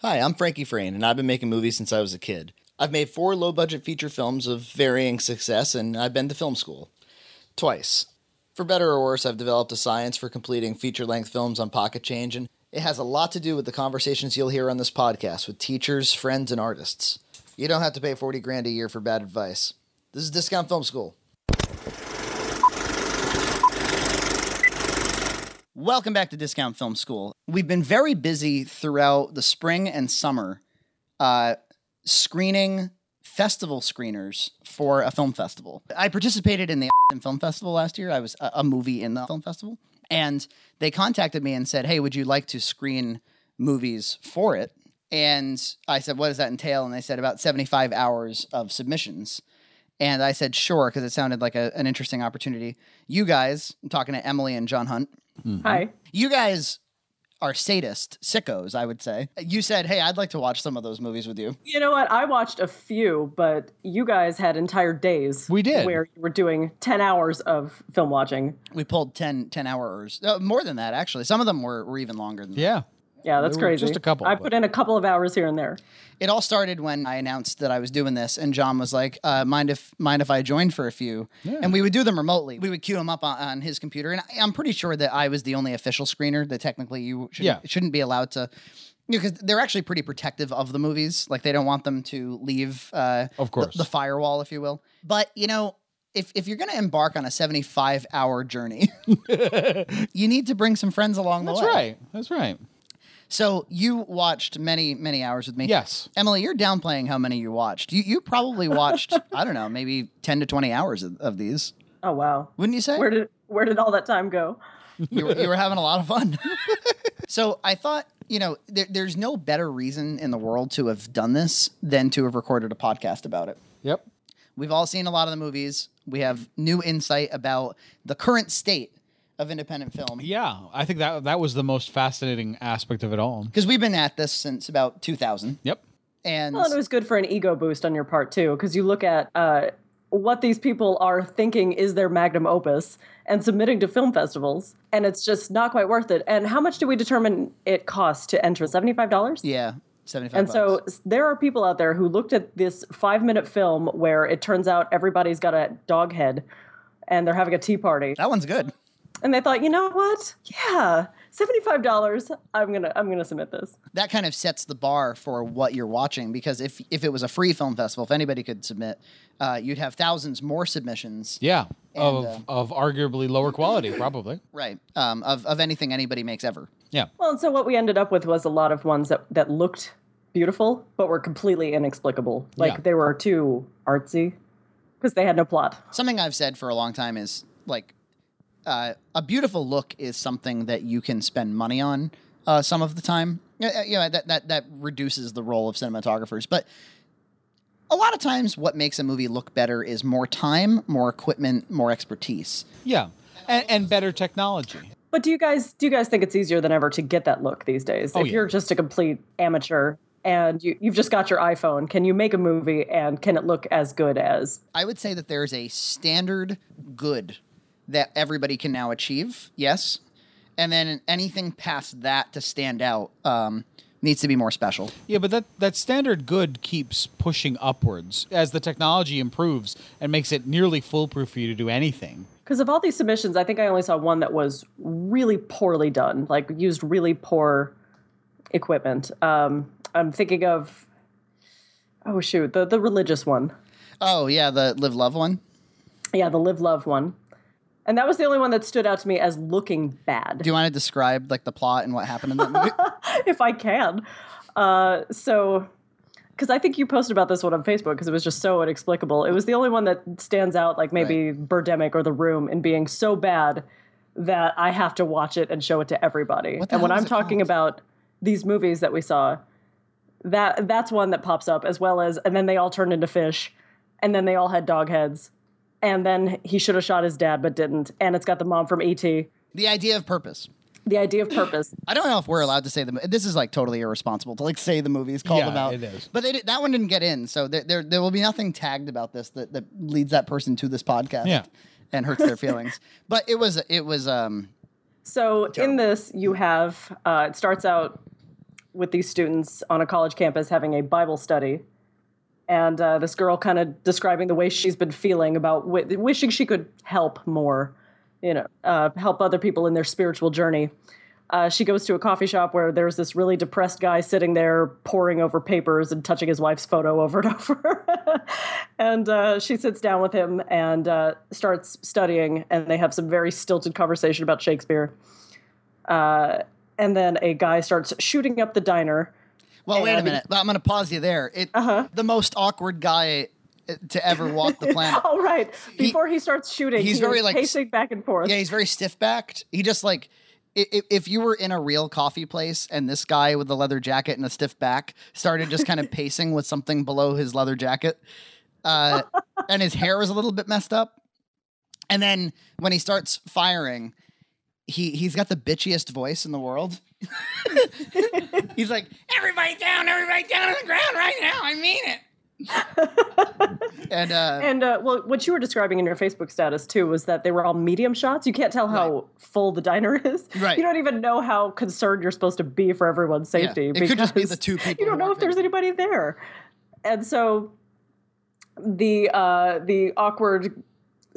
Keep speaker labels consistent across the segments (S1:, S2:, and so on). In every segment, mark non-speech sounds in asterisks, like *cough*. S1: Hi, I'm Frankie Frayne, and I've been making movies since I was a kid. I've made four low budget feature films of varying success, and I've been to film school. Twice. For better or worse, I've developed a science for completing feature length films on pocket change, and it has a lot to do with the conversations you'll hear on this podcast with teachers, friends, and artists. You don't have to pay 40 grand a year for bad advice. This is Discount Film School. Welcome back to Discount Film School. We've been very busy throughout the spring and summer uh, screening festival screeners for a film festival. I participated in the Film Festival last year. I was a, a movie in the film festival. And they contacted me and said, Hey, would you like to screen movies for it? And I said, What does that entail? And they said, About 75 hours of submissions. And I said, Sure, because it sounded like a, an interesting opportunity. You guys, I'm talking to Emily and John Hunt,
S2: Hi.
S1: you guys are sadist sickos, I would say. You said, "Hey, I'd like to watch some of those movies with you."
S2: You know what? I watched a few, but you guys had entire days.
S3: We did.
S2: Where you were doing 10 hours of film watching.
S1: We pulled 10, 10 hours, uh, more than that actually. Some of them were, were even longer than
S3: Yeah.
S2: Yeah, that's
S3: There were
S2: crazy.
S3: just a couple,
S2: I
S3: but-
S2: put in a couple of hours here and there.
S1: that. It all started when I announced that I was doing this, and John was like, uh, "Mind if mind if I join for a few?" And we would do them remotely. We would queue them up on, on his computer, and I, I'm pretty sure that I was the only official screener. That technically you should,
S3: Yeah.
S1: shouldn't be allowed to. Because they're actually pretty protective of the movies, like they don't want them to leave uh,
S3: Of
S1: the-
S3: course.
S1: the, firewall, if you will. But you know, if if you're going to embark on a 75 hour journey, *laughs* you need to bring some friends along
S3: That's
S1: the way.
S3: right. That's right.
S1: So you watched many many hours with me.
S3: Yes.
S1: Emily, you're downplaying how many you watched. You you probably
S2: *laughs*
S1: watched I don't know maybe 10 to 20 hours of, of these,
S2: Oh, wow.
S1: wouldn't you say?
S2: Where did where did all that time go?
S1: you, were, you were having a lot of
S2: *laughs*
S1: fun. *laughs* so I thought, you know, there, there's no better reason in the world to have done this than to have recorded a podcast about it.
S3: Yep.
S1: We've all seen a lot of the movies. We have new insight about the current state of independent film.
S3: Yeah. I think that that was the most fascinating aspect of it all.
S1: Because we've been at this since about 2000.
S3: Yep.
S1: And
S2: Well, it was good for an ego boost on your part too, because you look at uh, what these people are thinking is their magnum opus and submitting to film festivals, and it's just not quite worth it. And how much do we determine it costs to enter? Seventy-five dollars.
S1: yeah, 75
S2: And
S1: bucks.
S2: so s- there are people out there who looked at this five minute film where it turns out everybody's got a dog head and they're having a tea party.
S1: that one's good.
S2: And they thought, you know what? Yeah, $75. I'm going to I'm going to submit this.
S1: That kind of sets the bar for what you're watching because if, if it was a free film festival, if anybody could submit, uh, you'd have thousands more submissions.
S3: Yeah. of
S1: uh,
S3: of arguably lower quality, probably.
S1: Right. Um, of, of anything anybody makes ever.
S3: Yeah.
S2: Well, and so what we ended up with was a lot of ones that that looked beautiful but were completely inexplicable. Like
S3: Yeah.
S2: they were too artsy because they had no plot.
S1: something I've said for a long time is like uh, a beautiful look is something that you can spend money on uh, some of the time. Yeah, uh, yeah, You know, that, that, that reduces the role of cinematographers. But a lot of times, what makes a movie look better is more time, more equipment, more expertise.
S3: Yeah. And, and better technology.
S2: But do you guys do you guys think it's easier than ever to get that look these days? if
S3: yeah.
S2: you're just a complete amateur and you, you've just got your iPhone, can you make a movie and can it look as good as?
S1: I would say that there's a standard good that everybody can now achieve. Yes. And then anything past that to stand out um, needs to be more special.
S3: Yeah, but that, that standard good keeps pushing upwards as the technology improves and makes it nearly foolproof for you to do anything.
S2: Because of all these submissions, I think I only saw one that was really poorly done, like used really poor equipment. Um, I'm thinking of oh shoot, the the religious one.
S1: Oh, yeah, the Live Love one.
S2: Yeah, the live love one. And that was the only one that stood out to me as looking bad.
S1: Do you want to describe like the plot and what happened in that
S3: *laughs*
S1: movie?
S2: *laughs* if I can. Uh, so, because I think you posted about this one on Facebook because it was just so inexplicable. It was the only one that stands out, like maybe Birdemic or The Room, in being so bad that I have to watch it and show it to everybody.
S1: What the
S2: And when
S1: hell is
S2: I'm
S1: it
S2: talking
S1: called?
S2: about these movies that we saw, that that's one that pops up as well as, and then they all turned into fish, and then they all had dog heads, and then he should have shot his dad but didn't, and it's got the mom from ET. The
S1: the idea of purpose.
S2: idea of purpose.
S1: I don't know if we're allowed to say the. mo- This is like totally irresponsible to like say the movies, call
S3: Yeah,
S1: them out.
S3: it is.
S1: But they, di- that one didn't get in, so there, there there will be nothing tagged about this that, that leads that person to this podcast.
S3: Yeah.
S1: And hurts their
S3: *laughs*
S1: feelings. but it was it was um
S2: So in this, you have uh, it starts out with these students on a college campus having a Bible study. And uh, this girl kind of describing the way she's been feeling about w- wishing she could help more, you know, uh, help other people in their spiritual journey. Uh, she goes to a coffee shop where there's this really depressed guy sitting there poring over papers and touching his wife's photo over and *laughs* over. and uh, she sits down with him and uh, starts studying, and they have some very stilted conversation about Shakespeare. Uh, and then a guy starts shooting up the diner.
S1: Well, wait a
S2: And-
S1: minute. I'm going to pause you there. It
S2: Uh-huh.
S1: the most awkward guy uh, to ever walk the
S2: *laughs*
S1: planet.
S2: Oh, right. Before he, starts shooting,
S1: he's
S2: he's
S1: very,
S2: very
S1: like,
S2: pacing back and forth.
S1: Yeah, he's very stiff backed. He just like i- i- if you were in a real coffee place and this guy with the leather jacket and a stiff back started just
S2: *laughs*
S1: kind of pacing with something below his leather jacket,
S2: *laughs*
S1: uh, and his hair was a little bit messed up, and then when he starts firing, he he's got the bitchiest voice in the
S2: *laughs*
S1: world. *laughs* he's like, "Everybody down, everybody down on the ground right now. I mean it." and uh,
S2: And uh, well, what you were describing in your Facebook status too was that they were all medium shots. You can't tell how full the diner *laughs* is.
S1: Right.
S2: You don't even know how concerned you're supposed to be for everyone's
S1: yeah,
S2: safety.
S1: it could just be
S2: because
S1: the two people.
S2: You don't
S1: who
S2: know
S1: walk
S2: if
S1: in.
S2: there's anybody there, and so the uh, the awkward,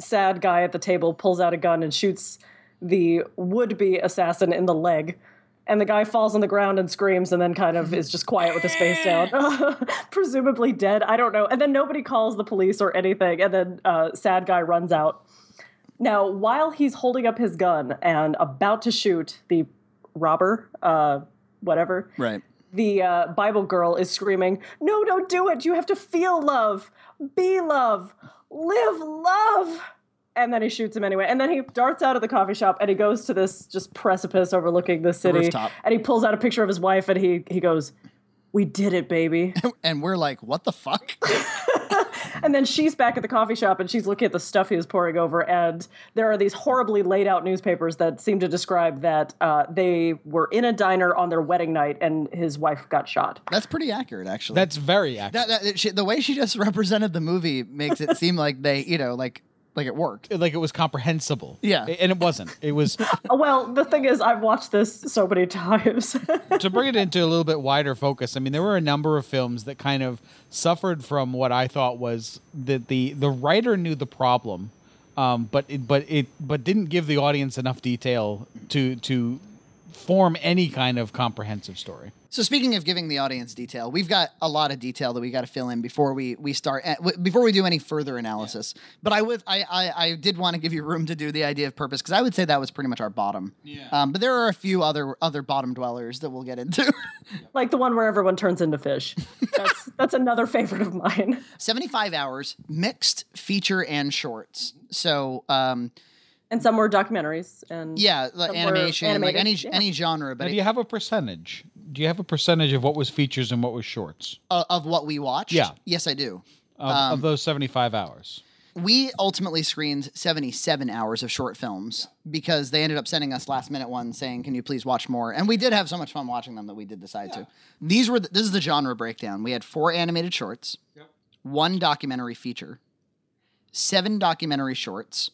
S2: sad guy at the table pulls out a gun and shoots the would be assassin in the leg. And the guy falls on the ground and screams, and then kind of is just quiet with his face down, *laughs* presumably dead. I don't know. And then nobody calls the police or anything. And then uh, sad guy runs out. Now, while he's holding up his gun and about to shoot the robber, uh, whatever,
S1: right.
S2: the uh, Bible girl is screaming, No, don't do it. You have to feel love, be love, live love. And then he shoots him anyway. And then he darts out of the coffee shop and he goes to this just precipice overlooking the city.
S1: rooftop.
S2: And he pulls out a picture of his wife and he, he goes, We did it, baby.
S1: and we're like, what the *laughs* fuck?
S2: and then she's back at the coffee shop and she's looking at the stuff he was pouring over. And there are these horribly laid out newspapers that seem to describe that uh, they were in a diner on their wedding night and his wife got shot.
S1: That's pretty accurate, actually.
S3: That's very accurate.
S1: that, that- she, the way she just *laughs* represented the movie makes it seem like they, you know, like like it worked.
S3: like it was comprehensible.
S1: Yeah.
S3: A- And it wasn't. It *laughs* was
S2: Oh, Well, the thing is, I've watched this so many *laughs* times.
S3: to bring it into a little bit wider focus. I mean, there were a number of films that kind of suffered from what I thought was that the the writer knew the problem, um, but it, but it but didn't give the audience enough detail to to form any kind of comprehensive story.
S1: So speaking of giving the audience detail, we've got a lot of detail that we got to fill in before we we start eh, w- before we do any further analysis. But I would I I, I did want to give you room to do the idea of purpose because I would say that was pretty much our bottom. Yeah. Um, but there are a few other other bottom dwellers that we'll get into. *laughs*
S2: like the one where everyone turns into fish. That's, that's another favorite of mine.
S1: 75 hours, mixed feature and shorts. So, um
S2: And some were documentaries. And
S1: yeah, the
S2: Some were
S1: animation, like
S2: animated,
S1: any
S2: yeah.
S1: any genre, but
S3: Now,
S1: it-
S3: do you have a percentage? Do you have a percentage of what was features and what was shorts
S1: uh, of what we watched?
S3: Yeah.
S1: Yes, I do.
S3: of, of
S1: Um,
S3: those seventy five hours?
S1: We ultimately screened 77 hours of short films because they ended up sending us last minute ones saying, "Can you please watch more?" And we did have so much fun watching them that we did decide to. These were the, this is the genre breakdown. We had four animated shorts, one documentary feature, seven documentary shorts,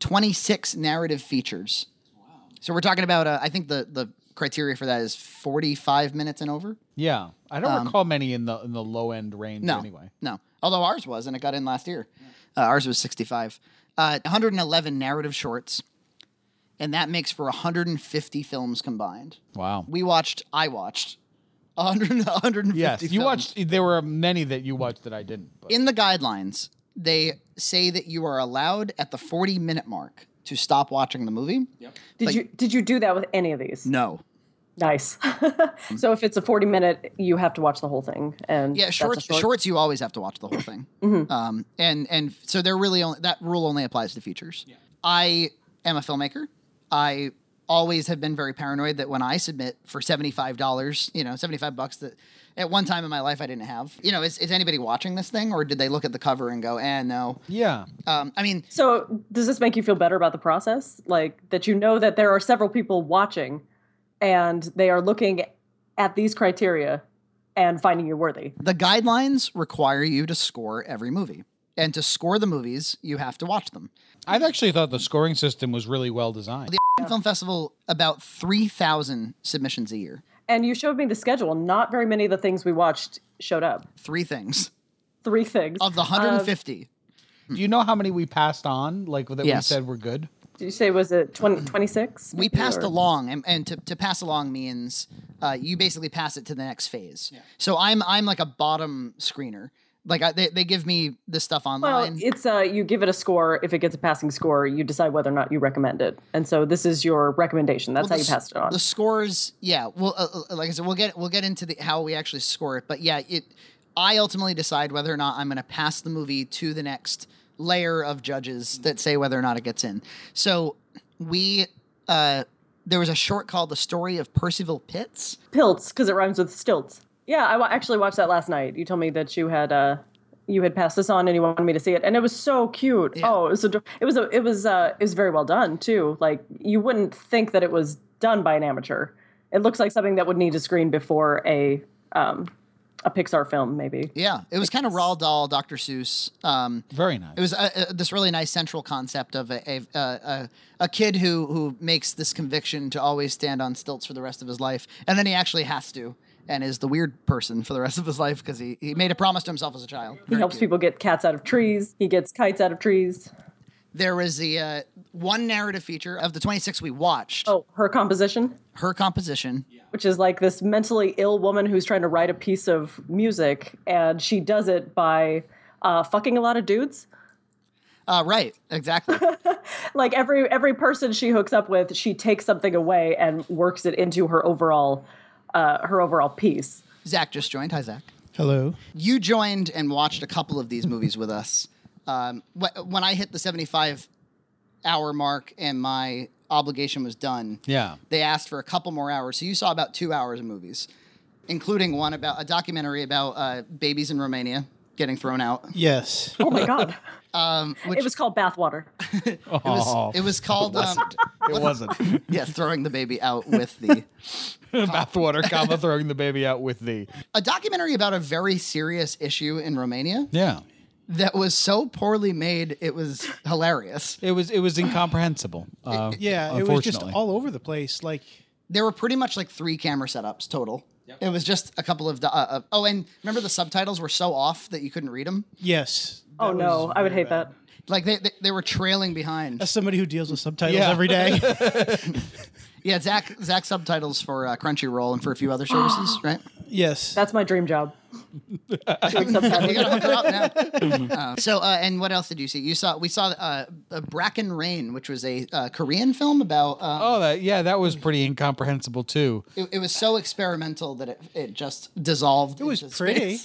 S1: 26 narrative features. So we're talking about uh, I think the the criteria for that is 45 minutes and over.
S3: Yeah, I don't recall many in the in the low end range. Anyway,
S1: um, No. Although ours was, and it got in last year. Uh, ours was 65. Uh, 111 narrative shorts, and that makes for 150 films combined.
S3: wow.
S1: We watched, I watched *laughs* 100, 150
S3: Yes, you
S1: films.
S3: watched. There were many that you watched that I didn't. But.
S1: In the guidelines, they say that you are allowed at the 40 minute mark to stop watching the movie.
S2: Did, you, did you do that with any of these?
S1: No.
S2: Nice. *laughs* so if it's a 40 minute, you have to watch the whole thing. And
S1: Yeah,
S2: that's a
S1: shorts,
S2: short. Mm-hmm.
S1: shorts, you always have to watch the whole
S2: *clears throat*
S1: thing. um, and and so they're really only that rule only applies to features. I am a filmmaker. I always have been very paranoid that when I submit for seventy five dollars, you know, seventy five bucks that at one time in my life I didn't have. You know, is, is anybody watching this thing or did they look at the cover and go, eh, no?
S3: yeah,
S1: Um, I mean,
S2: So does this make you feel better about the process? Like that you know that there are several people watching and they are looking at these criteria and finding you worthy.
S1: the guidelines require you to score every movie. And to score the movies, you have to watch them.
S3: I've actually thought the scoring system was really well designed.
S1: Film Festival about three thousand submissions a year.
S2: and you showed me the schedule. Not very many of the things we watched showed up.
S1: Three things
S2: Three things.
S1: of the 150.
S3: Do you know how many we passed on? Like that
S1: Yes.
S3: we said were good.
S2: Did you say was it 20, 26?
S1: Mm. we
S2: maybe,
S1: passed
S2: or-
S1: along, and, and to, to pass along means uh, you basically pass it to the next phase. So I'm I'm like a bottom screener. Like I, they they give me this stuff
S2: Well,
S1: online.
S2: it's uh, you give it a score. If it gets a passing score, you decide whether or not you recommend it. And so this is your recommendation. That's
S1: Well,
S2: how
S1: the s-
S2: you passed it on.
S1: The scores, yeah. Well, uh, uh, like I said, we'll get we'll get into the, how we actually score it, but yeah, it. I ultimately decide whether or not I'm going to pass the movie to the next layer of judges that say whether or not it gets in. So we uh, there was a short called "The Story of Percival Pitts."
S2: Pilts, because it rhymes with stilts. Yeah, I wa- actually watched that last night. You told me that you had uh, you had passed this on, and you wanted me to see it, and it was so cute. Oh, it was a, it was a, it was uh, it was very well done too. Like you wouldn't think that it was done by an amateur. It looks like something that would need a screen before a um, a Pixar film, maybe.
S1: Yeah, it was kind of Roald Dahl, Dr. Seuss. Um,
S3: Very nice.
S1: it was uh, uh, this really nice central concept of a a, a, a a kid who who makes this conviction to always stand on stilts for the rest of his life, and then he actually has to, and is the weird person for the rest of his life because he, he made a promise to himself as a child.
S2: He helps people get cats out of trees. He gets kites out of trees.
S1: There was the uh, one narrative feature of the 26 we watched.
S2: Oh, her composition.
S1: Her composition.
S2: which is like this mentally ill woman who's trying to write a piece of music, and she does it by uh, fucking a lot of dudes.
S1: Uh, right, exactly.
S2: Like every every person she hooks up with, she takes something away and works it into her overall uh, her overall piece.
S1: Zach just joined. Hi, Zach.
S4: Hello.
S1: you joined and watched a couple of these movies with us. Um, wh- when I hit the 75 hour mark and my obligation was done,
S3: yeah.
S1: they asked for a couple more hours. So you saw about two hours of movies, including one about a documentary about uh, babies in Romania getting thrown out.
S4: Yes.
S2: Oh my
S4: *laughs*
S2: god!
S1: Um, which
S2: it was called Bathwater.
S1: it
S3: Oh.
S1: was, it was called um,
S3: it *laughs* wasn't.
S1: yeah, throwing the baby out with the
S3: Bathwater, comma, throwing the baby out with the.
S1: a documentary about a very serious issue in Romania
S3: Yeah.
S1: that was so poorly made it was hilarious.
S3: It was it was incomprehensible. Uh,
S4: Yeah, it was just
S3: unfortunately.
S4: all over the place. Like,
S1: there were pretty much like three camera setups total. It was just a couple of. do- Uh, uh, oh, and remember the subtitles were so off that you couldn't read them.
S4: yes.
S2: Oh
S4: that
S2: no,
S4: was
S2: I would
S4: very
S2: hate
S4: bad.
S2: that.
S1: Like they, they, they were trailing behind.
S4: As somebody who deals with subtitles
S3: Yeah.
S4: every
S3: *laughs*
S4: day,
S1: Yeah, Zach Zach subtitles for uh, Crunchyroll and for a few other
S4: *gasps*
S1: services, right?
S4: yes.
S2: That's my dream
S4: *laughs*
S2: job.
S1: You gotta hook it
S4: *laughs*
S1: up now. Uh, so, uh, and what else did you see? You saw we saw uh, uh, Bracken Rain, which was a uh, Korean film about. Uh,
S3: Oh, that yeah, that was pretty incomprehensible too.
S4: Oh.
S1: it, it was so experimental that it, it just dissolved. It
S4: was pretty.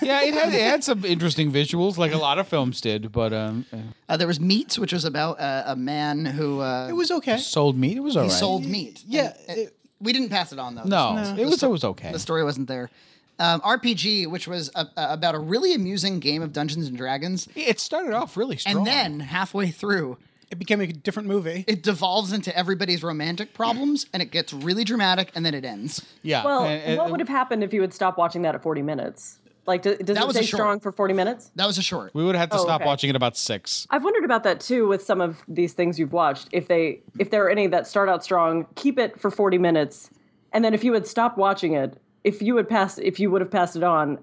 S3: Yeah, it had it had some interesting visuals, like a lot of films did. But um, uh,
S1: Uh, there was Meats, which was about uh, a man who uh,
S4: it was okay.
S3: sold meat. It was alright.
S1: sold meat.
S4: Yeah,
S1: And it- we didn't pass it on though.
S3: No,
S4: No.
S3: it was it was okay.
S1: the story wasn't there. Um, RPG, which was a, a- about a really amusing game of Dungeons and Dragons,
S3: It started off really strong.
S1: and then halfway through,
S4: It became a different movie.
S1: it devolves into everybody's romantic problems, and it gets really dramatic, and then it ends.
S3: yeah.
S2: Well,
S3: and- and-
S2: what would have happened if you had stopped watching that at forty minutes? Like, do, does
S1: That
S2: it
S1: was a
S2: stay
S1: short.
S2: strong for forty minutes?
S1: That was a short.
S3: we would have had to
S2: Oh,
S3: stop
S2: okay.
S3: watching at about six.
S2: I've wondered about that too with some of these things you've watched. If they if there are any that start out strong, keep it for 40 minutes. And then if you had stopped watching it, if you had passed if you would have passed it on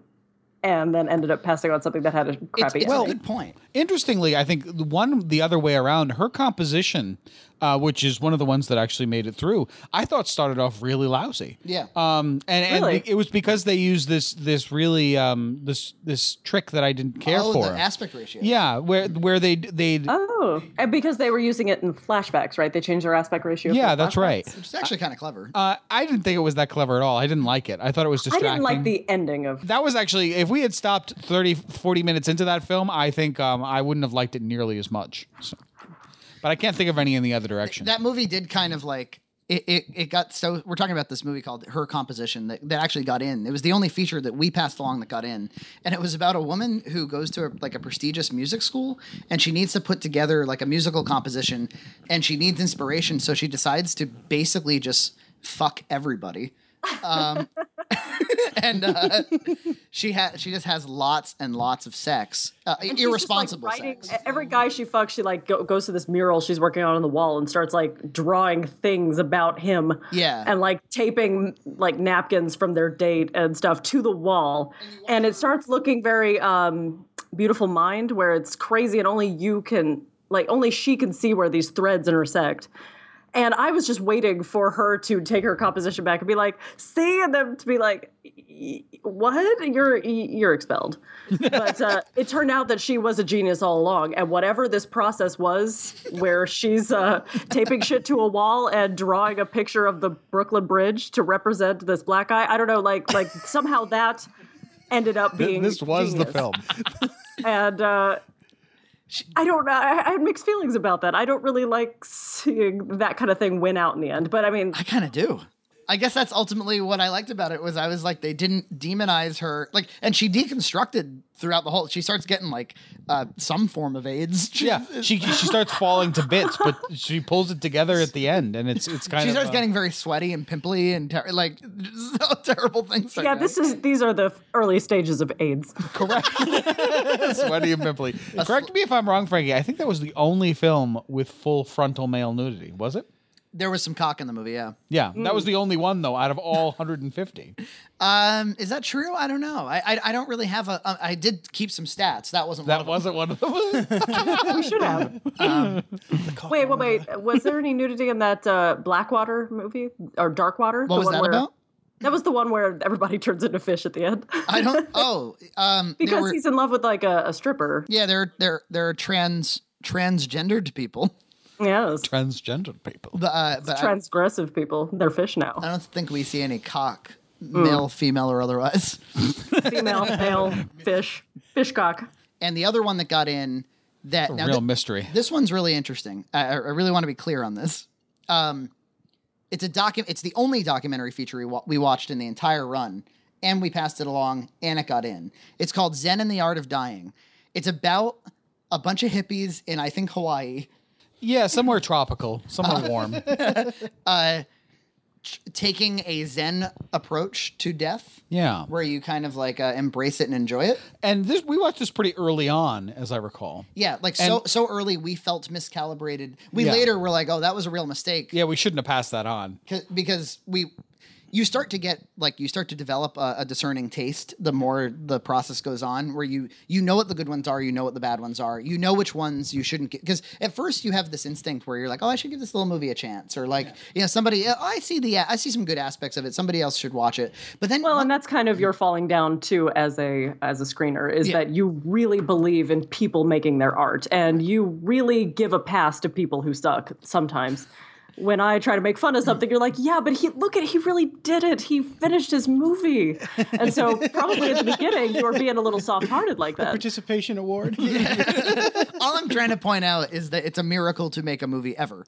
S2: and then ended up passing on something that had a
S1: It's,
S2: crappy
S1: it's
S2: ending.
S1: a good point.
S3: Interestingly, I think the one the other way around, her composition, uh, which is one of the ones that actually made it through, I thought started off really lousy.
S1: Yeah.
S3: Um, and and
S2: Really?
S3: it was because they used this this really um this this trick that I didn't care
S1: oh,
S3: for.
S1: the aspect ratio.
S3: yeah, where where they they
S2: Oh, and because they were using it in flashbacks, right? They changed their aspect ratio. for
S3: yeah,
S2: the
S3: that's
S2: flashbacks.
S3: right.
S1: It's actually kind of clever.
S3: Uh, I didn't think it was that clever at all. I didn't like it. I thought it was
S2: I
S3: distracting.
S2: didn't like the ending of
S3: that was actually if we had stopped 30 40 minutes into that film i think um, i wouldn't have liked it nearly as much so. but i can't think of any in the other direction
S1: that movie did kind of like it, it, it got so we're talking about this movie called her composition that, that actually got in it was the only feature that we passed along that got in and it was about a woman who goes to a, like a prestigious music school and she needs to put together like a musical composition and she needs inspiration so she decides to basically just fuck everybody um, *laughs* and uh, she has she just has lots and lots of sex, uh,
S2: And she's just, like,
S1: irresponsible
S2: writing-
S1: sex.
S2: E-, Every guy she fucks, she like go, goes to this mural she's working on on the wall and starts like drawing things about him.
S1: Yeah.
S2: And like taping like napkins from their date and stuff to the wall. And it starts looking very um, beautiful mind where it's crazy and only you can like only she can see where these threads intersect. And I was just waiting for her to take her composition back and be like, "See," and then to be like, "Y- "What? You're y- you're expelled." But
S5: *laughs*
S2: uh, it turned out that she was a genius all along, and whatever this process was, where she's uh, taping shit to a wall and drawing a picture of the Brooklyn Bridge to represent this black guy, I don't know, like like somehow that ended up being
S5: this was the
S2: genius.
S5: film.
S2: and. Uh, I don't know. I, I have mixed feelings about that. I don't really like seeing that kind of thing win out in the end. But I mean,
S1: I kind of do. I guess that's ultimately what I liked about it was I was like they didn't demonize her like and she deconstructed throughout the whole she starts getting like uh some form of AIDS. She,
S3: *laughs* Yeah, she she starts falling to bits, but she pulls it together at the end, and it's it's kind
S1: she
S3: of
S1: starts
S3: uh,
S1: getting very sweaty and pimply and ter- like *laughs* so terrible things.
S2: yeah, this is these are the early stages of AIDS.
S3: correct. Sweaty and pimply. *laughs* Correct me if I'm wrong, Frankie. I think that was the only film with full frontal male nudity, was it?
S1: there was some cock in the movie, yeah.
S3: Yeah, that was the only one though out of all 150.
S1: Um is that true? I don't know. I I, I don't really have a. um, I did keep some stats. That wasn't one
S3: *laughs* That
S1: of
S3: wasn't one of them. *laughs*
S2: We
S1: *laughs*
S2: should have. wait, wait, wait. Was there any nudity in that uh, Blackwater movie or Darkwater?
S1: What was that
S2: where,
S1: about?
S2: That was the one where everybody *laughs* turns into fish at the end
S1: I don't Oh, um they
S2: because
S1: were-
S2: he's in love with like a, a stripper.
S1: Yeah, they're they're they're trans transgendered people.
S2: Yes,
S3: Transgendered people.
S1: But, uh, but I-
S2: transgressive people. They're fish now.
S1: I *laughs* don't think we see any cock,
S3: Hmm.
S1: male, female, or otherwise. *laughs*
S2: Female, male, fish, fish cock.
S1: And the other one that got in that now
S3: Real
S1: thi-
S3: mystery.
S1: This one's really interesting. I, I I really want to be clear on this. Um, it's a docu- It's the only documentary feature we, wa- we watched in the entire run, and we passed it along, and it got in. It's called Zen and the Art of Dying. It's about a bunch of hippies in I think Hawaii
S3: Yeah, somewhere tropical, somewhere warm.
S1: taking a Zen approach to death,
S3: *laughs* Yeah,
S1: where you kind of like uh, embrace it and enjoy it.
S3: and this we watched this pretty early on, as I recall.
S1: Yeah, like so so early we felt miscalibrated. We
S3: Yeah.
S1: later were like, "Oh, that was a real mistake."
S3: Yeah, we shouldn't have passed that on.
S1: 'Cause- because we you start to get like you start to develop a, a discerning taste the more the process goes on where you you know what the good ones are, you know what the bad ones are. You know which ones you shouldn't get because at first you have this instinct where you're like, "Oh, I should give this little movie a chance." Or like, you know, somebody, "Oh, "I see the I see some good aspects of it. Somebody else should watch it." But then
S2: Well, and that's kind of your falling down too as a as a screener is that you really believe in people making their art and you really give a pass to people who suck sometimes. When I try to make fun of something, you're like, "Yeah, but he look at he really did it. He finished his movie." And so probably at the beginning, you were being a little soft-hearted like that.
S3: *laughs*
S4: Participation award.
S1: all I'm trying to point out is that it's a miracle to make a movie ever.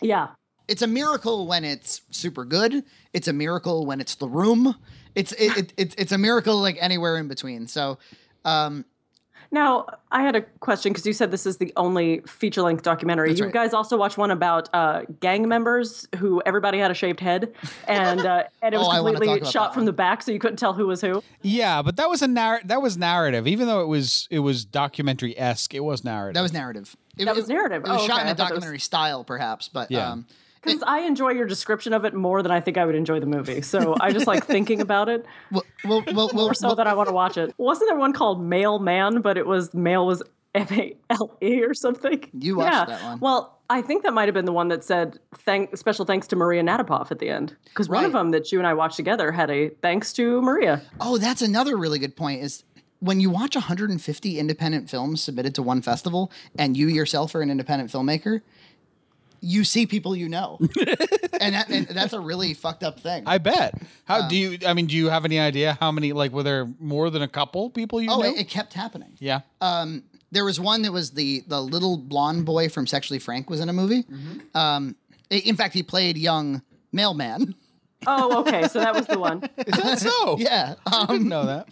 S2: Yeah,
S1: it's a miracle when it's super good. It's a miracle when it's the room. It's it, it, it's it's a miracle like anywhere in between. So um,
S2: Now, I had a question because you said this is the only feature length documentary. you
S1: right.
S2: guys also watched one about uh, gang members who everybody had a shaved head, and
S1: *laughs*
S2: uh, and it was
S1: Oh, I wanna talk
S2: completely
S1: about
S2: shot
S1: that
S2: from
S1: one.
S2: the back, so you couldn't tell who was who.
S3: Yeah, but that was a narr- that was narrative, even though it was it was documentary esque. It was narrative.
S1: that was narrative. It,
S2: That was
S1: it-
S2: narrative.
S1: It was
S2: Oh,
S1: shot
S2: okay.
S1: in a
S2: I thought that was-
S1: documentary style, perhaps, but
S3: Yeah.
S1: um,
S2: Because I enjoy your description of it more than I think I would enjoy the movie, so I just like thinking about it
S1: we'll we'll we'll, we'll,
S2: more so that I want to watch it. Wasn't there one called Male Man, but it was male was M A L E or something?
S1: You watched that one.
S2: Well, I think that might have been the one that said thank, special thanks to Maria Natapoff at the end. Because one of
S1: Right.
S2: them that you and I watched together had a thanks to Maria.
S1: oh, that's another really good point. Is when you watch 150 independent films submitted to one festival, and you yourself are an independent filmmaker. You see people you
S3: *laughs*
S1: know, and, that, and that's a really fucked up thing.
S3: I bet. How
S1: Um,
S3: do you? I mean, do you have any idea how many? Like, were there more than a couple people you
S1: oh,
S3: know?
S1: it, Uh, it kept happening.
S3: yeah.
S1: There was one that was the the little blonde boy from Sexually Frank was in a movie. Um, i- in fact, he played young mailman. *laughs*
S2: Oh, okay. so that was the one.
S3: Is that so?
S1: Yeah.
S3: I
S1: Um,
S3: didn't know that.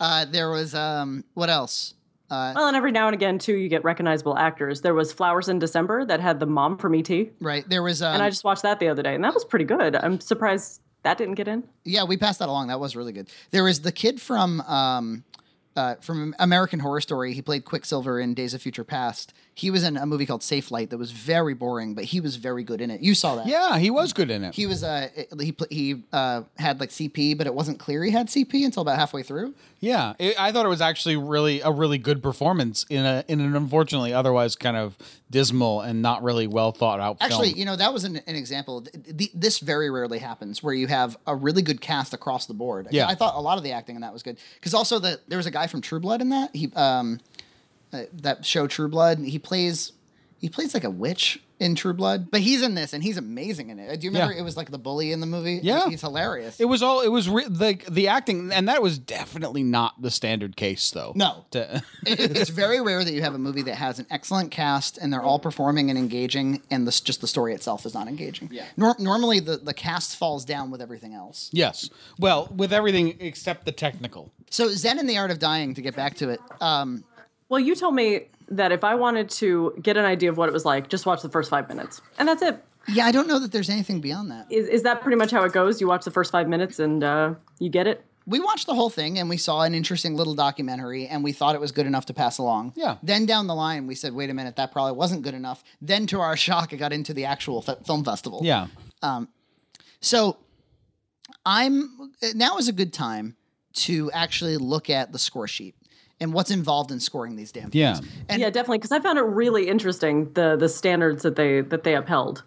S1: uh, there was um, what else? Uh,
S2: Well, and every now and again, too, you get recognizable actors. There was Flowers in December that had the mom from E E.T.
S1: Right. There was. Um,
S2: And I just watched that the other day, and that was pretty good. I'm surprised That didn't get in.
S1: Yeah, we passed that along. That was really good. There was the kid from um, uh, from American Horror Story. He played Quicksilver in Days of Future Past. He was in a movie called Safe Light that was very boring, but he was very good in it. You saw that?
S3: *laughs* Yeah, he was good in it.
S1: He was uh he pl- he uh had like CP, but it wasn't clear he had CP until about halfway through.
S3: yeah, it, I thought it was actually really a really good performance in a in an unfortunately otherwise kind of dismal and not really well thought out.
S1: Actually,
S3: film.
S1: you know that was an, an example. Th- th- This very rarely happens where you have a really good cast across the board.
S3: Yeah.
S1: I thought a lot of the acting in that was good because also the there was a guy from True Blood in that he um uh, that show True Blood. He plays he plays like a witch in True Blood, but he's in this and he's amazing in it. Do you remember
S3: Yeah.
S1: it was like the bully in the movie?
S3: Yeah.
S1: he's hilarious. *laughs*
S3: It was all. It was re- the the acting, and that was definitely not the standard case, though.
S1: No.
S3: To- *laughs*
S1: It- it's very rare that you have a movie that has an excellent cast and they're all performing and engaging, and this just the story itself is not engaging. Yeah. Nor- normally, the, the cast falls down with everything else.
S3: yes. Well, with everything except the technical.
S1: So Zen and the Art of Dying, to get back to it, um,
S2: Well, you told me that if I wanted to get an idea of what it was like, just watch the first five minutes, and that's it.
S1: yeah, I don't know that there's anything beyond that.
S2: Is is that pretty much how it goes? You watch the first five minutes and uh, you get it.
S1: We watched the whole thing and we saw an interesting little documentary and we thought it was good enough to pass along.
S3: Yeah.
S1: Then down the line, we said, wait a minute, that probably wasn't good enough. Then, to our *laughs* shock, it got into the actual f- film festival.
S3: Yeah.
S1: So I'm now is a good time to actually look at the score sheet and what's involved in scoring these damn things.
S3: Yeah.
S1: And-
S2: yeah, definitely, because I found it really interesting the the standards that they that they upheld,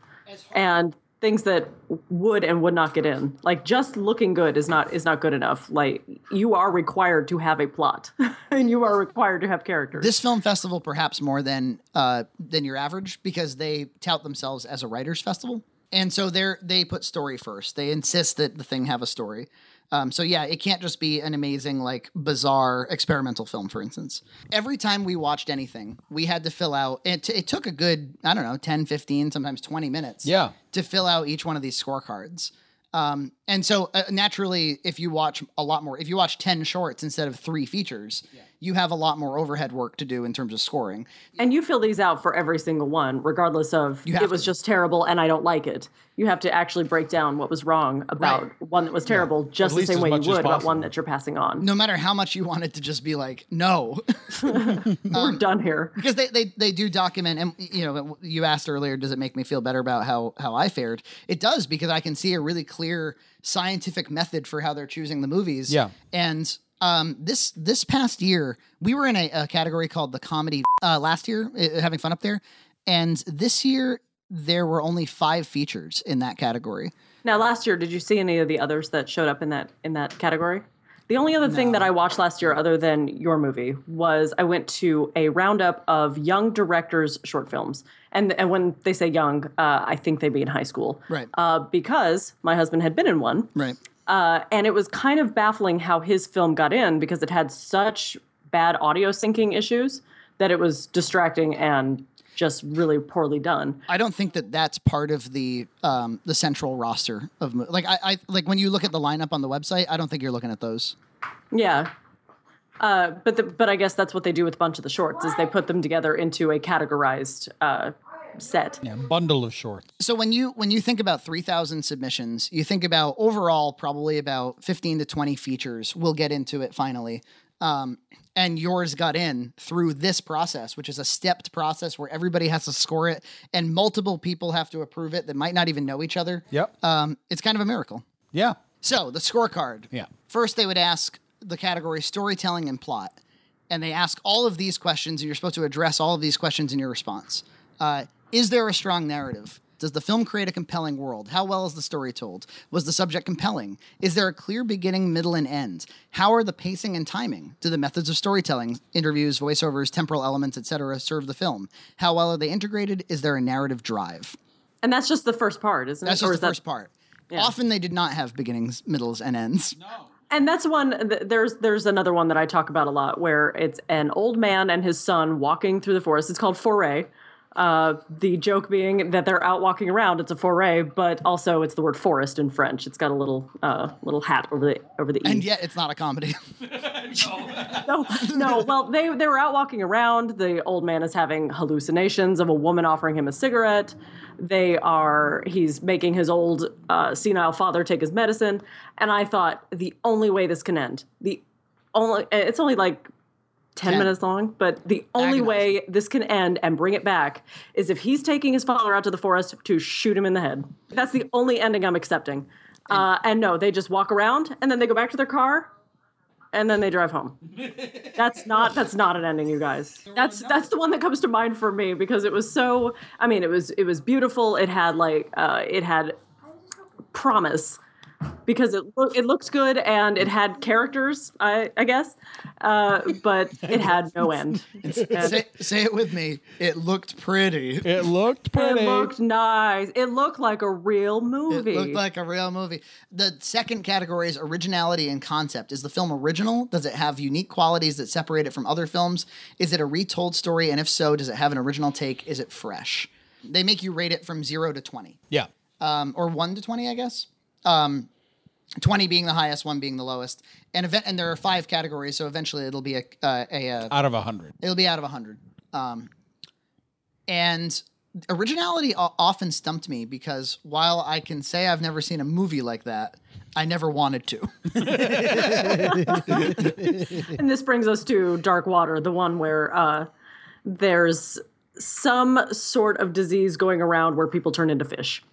S2: and things that would and would not get in. Like just looking good is not is not good enough. Like you are required to have a plot, *laughs* and you are required to have characters.
S1: This film festival, perhaps more than uh, than your average, because they tout themselves as a writers' festival, and so they are they put story first. They insist that the thing have a story. Um, so yeah, it can't just be an amazing like bizarre experimental film. For instance, every time we watched anything, we had to fill out. It, it took a good I don't know 10, 15, sometimes twenty minutes.
S3: Yeah.
S1: to fill out each one of these scorecards. Um, and so uh, naturally, if you watch a lot more, if you watch 10 shorts instead of three features, you have a lot more overhead work to do in terms of scoring.
S2: And you fill these out for every single one, regardless of
S1: have
S2: it was
S1: to.
S2: just terrible and I don't like it. You have to actually break down what was wrong about one that was terrible, just the
S3: least
S2: same
S3: as
S2: way you
S3: much as
S2: would about
S3: possible.
S2: one that you're passing on.
S1: No matter how much you want it to just be like, no, *laughs*
S2: *laughs* We're done here.
S1: because they, they, they do document. And you know, you asked earlier, does it make me feel better about how, how I fared? It does because I can see a really clear scientific method for how they're choosing the movies.
S3: Yeah.
S1: And, um, this, this past year, we were in a, a category called the comedy, uh, last year, uh, having fun up there. And this year there were only five features in that category.
S2: Now, last year, did you see any of the others that showed up in that in that category? The only other thing that I watched last year, other than your movie, was I went to a roundup of young directors' short films. And and when they say young, uh, I think they mean high school,
S1: Right.
S2: Uh, because my husband had been in one,
S1: Right.
S2: Uh, and it was kind of baffling how his film got in because it had such bad audio syncing issues that it was distracting and just really poorly done.
S1: I don't think that that's part of the um, the central roster of mo- like I, I like when you look at the lineup on the website. I don't think you're looking at those.
S2: Yeah. Uh, but the, but I guess that's what they do with a bunch of the shorts is they put them together into a categorized uh, set.
S3: Yeah. Bundle of shorts.
S1: So when you when you think about three thousand submissions, you think about overall probably about fifteen to twenty features. We'll get into it finally. Um, and yours got in through this process, which is a stepped process where everybody has to score it, and multiple people have to approve it that might not even know each other.
S3: Yep.
S1: Um, it's kind of a miracle.
S3: Yeah.
S1: So the scorecard.
S3: Yeah.
S1: First, they would ask the category storytelling and plot, and they ask all of these questions, and you're supposed to address all of these questions in your response. Uh, is there a strong narrative? Does the film create a compelling world? How well is the story told? Was the subject compelling? Is there a clear beginning, middle, and end? How are the pacing and timing? Do the methods of storytelling, interviews, voiceovers, temporal elements, etc., serve the film? How well are they integrated? Is there a narrative drive?
S2: And that's just the first part, isn't
S1: That's
S2: it?
S1: just
S2: is
S1: the
S2: that-
S1: first part. Often they did not have beginnings, middles, and ends.
S2: And that's one. th- There's there's another one that I talk about a lot, where it's an old man and his son walking through the forest. It's called Foray, Uh, the joke being that they're out walking around. It's a foray, but also it's the word forest in French. It's got a little uh, little hat over the over the e.
S1: And yet, it's not a *laughs* comedy.
S2: no, no. Well, they they were out walking around. The old man is having hallucinations of a woman offering him a cigarette. They are he's making his old uh, senile father take his medicine. And I thought the only way this can end, the only eh, it's only like. 10
S1: Ten.
S2: minutes long, but the only way this can end and bring it back is if he's taking his father out to the forest to shoot him in the head. That's the only ending I'm accepting. Uh, and no, they just walk around and then they go back to their car and then they drive home. That's not that's not an ending, you guys. That's that's the one that comes to mind for me because it was so. I mean, it was it was beautiful. It had like uh, it had promise because it look it looked good and it had characters. I I guess, uh, but it had
S1: *laughs*
S2: no end.
S1: say, say it with me. It looked pretty.
S3: It looked
S2: It
S3: pretty.
S2: looked nice. It looked like a real
S1: It
S2: movie.
S1: looked like a real movie. The second category is originality and concept. Is the film original? Does it have unique qualities that separate it from other films? Is it a retold story? And if so, does it have an original take? Is it fresh? They make you rate it from zero to 20,
S3: yeah.
S1: um, or one to 20, I guess. Um, 20 being the highest, one being the lowest. And event, and there are five categories, so eventually it'll be a, uh, a, uh
S3: Out of a hundred.
S1: it'll be out of 100 um, and originality o- often stumped me because while i can say i've never seen a movie like that i never wanted to *laughs*
S2: And this brings us to Dark Water, the one where uh, there's some sort of disease going around where people turn into fish.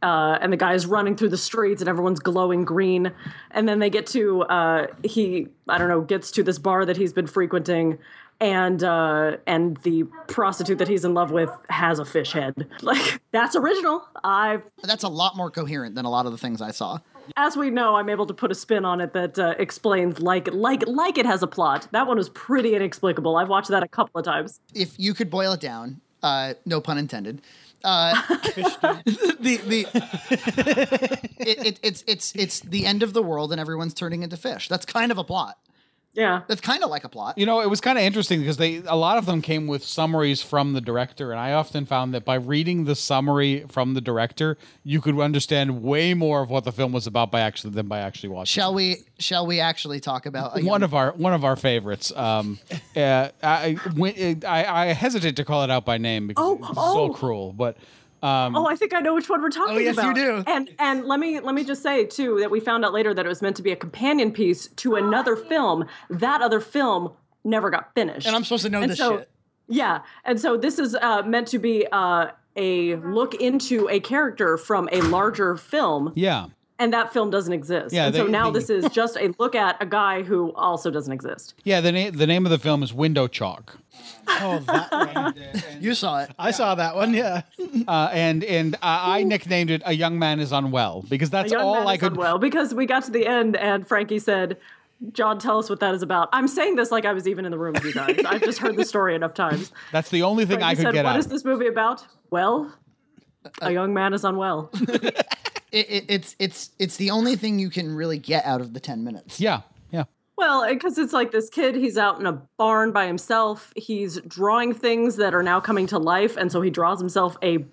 S2: Uh, and the guy is running through the streets and everyone's glowing green. And then they get to, uh, he, I don't know, gets to this bar that he's been frequenting. And uh, and the prostitute that he's in love with has a fish head. *laughs* Like that's original. I've
S1: that's a lot more coherent than a lot of the things i saw
S2: as we know, I'm able to put a spin on it that uh, explains like like like it has a plot. That one was pretty inexplicable. I've watched that a couple of times.
S1: if you could boil it down uh, no pun intended uh, *laughs* the the it, it, it's it's it's the end of the world and everyone's turning into fish. That's kind of a plot.
S2: Yeah.
S1: That's kind of like a plot.
S3: You know, it was kind of interesting because they a lot of them came with summaries from the director, and I often found that by reading the summary from the director, you could understand way more of what the film was about by actually than by actually watching.
S1: Shall we shall we actually talk about a young
S3: one of our one of our favorites. Um, *laughs* uh, I, when, I I hesitate to call it out by name because
S2: Oh,
S3: it's
S2: oh.
S3: so cruel, but um,
S2: Oh, I think I know which one we're talking
S1: oh, yes, you
S2: about.
S1: do.
S2: And and let me let me just say too that we found out later that it was meant to be a companion piece to another film. That other film never got finished.
S1: and I'm supposed to know
S2: And
S1: this
S2: so-
S1: shit.
S2: Yeah, and so this is uh, meant to be uh, a look into a character from a larger film.
S3: yeah,
S2: and that film doesn't exist.
S3: Yeah,
S2: and so
S3: they-
S2: now
S3: they- *laughs*
S2: this is just a look at a guy who also doesn't exist.
S3: yeah. The name the name of the film is Window Chalk.
S4: *laughs* Oh,
S2: *laughs*
S4: that one.
S1: You saw it.
S4: I saw that one. Yeah.
S3: Uh, and and I I nicknamed it "A Young Man Is Unwell" because that's
S2: Young man
S3: all I
S2: is
S3: could.
S2: unwell because we got to the end and Frankie said, "John, tell us what that is about." I'm saying this like I was even in the room with you guys. I've just heard the story enough times.
S3: That's the only *laughs* thing
S2: Frankie
S3: I could
S2: said,
S3: get
S2: "What
S3: out.
S2: is
S3: of it.
S2: this movie about?" Well, a young man is
S3: *laughs*
S2: unwell.
S1: it, it, it's it's it's the only thing you can really get out of the 10 minutes
S3: Yeah, yeah.
S2: Well, because it's like this kid, he's out in a barn by himself. He's drawing things that are now coming to life, and so he draws himself a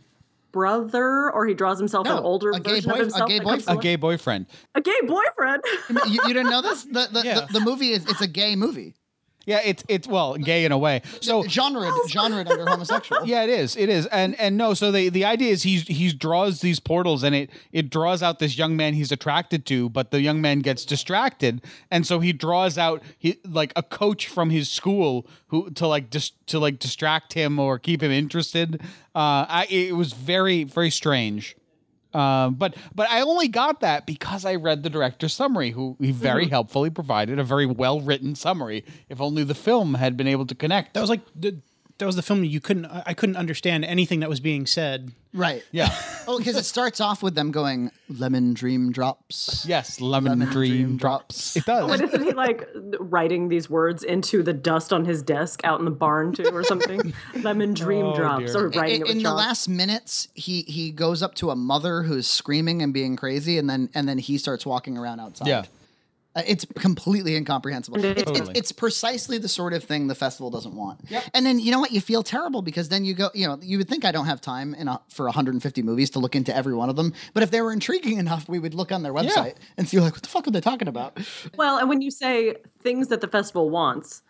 S2: brother, or he draws himself
S1: No,
S2: an older
S1: a gay
S2: version
S1: boyf-
S2: of
S1: a
S2: himself.
S1: gay
S2: that comes to
S3: A
S2: life.
S3: gay boyfriend.
S2: a gay boyfriend. *laughs*
S1: you, you didn't know this the the,
S4: Yeah.
S1: the the movie is it's a gay movie
S3: Yeah, it's it's well, gay in a way. So
S1: genre genre under homosexual
S3: Yeah, it is. It is. And and no, so the the idea is he's he draws these portals and it it draws out this young man he's attracted to, but the young man gets distracted and so he draws out he like a coach from his school who to like dis, to like distract him or keep him interested. Uh I it was very very strange. Um, but but I only got that because I read the director's summary, who he
S4: Mm-hmm.
S3: very helpfully provided a very well written summary. If only the film had been able to connect.
S4: That was like the, that was the film you couldn't. I I couldn't understand anything that was being said.
S1: right
S3: yeah.
S1: oh because it starts off with them going lemon dream drops
S3: Yes, lemon, dream,
S1: dream Oh
S3: drops.
S1: drops.
S3: It does.
S2: But isn't he like writing these words into the dust on his desk out in the barn too, or something? *laughs* Lemon dream drops, or
S3: dear.
S2: writing
S1: in,
S2: it with
S1: in the
S2: John.
S1: last minutes he he goes up to a mother who's screaming and being crazy and then and then he starts walking around outside
S3: yeah.
S1: Uh, It's completely incomprehensible.
S2: And it
S1: It's, it's-
S3: Totally.
S1: it's precisely the sort of thing the festival doesn't want.
S3: Yep.
S1: And then you know what? You feel terrible because then you go, you know, you would think I don't have time in a, for 150 movies to look into every one of them. But if they were intriguing enough, we would look on their website and see like, what the fuck are they talking about?
S2: Well, and when you say things that the festival wants,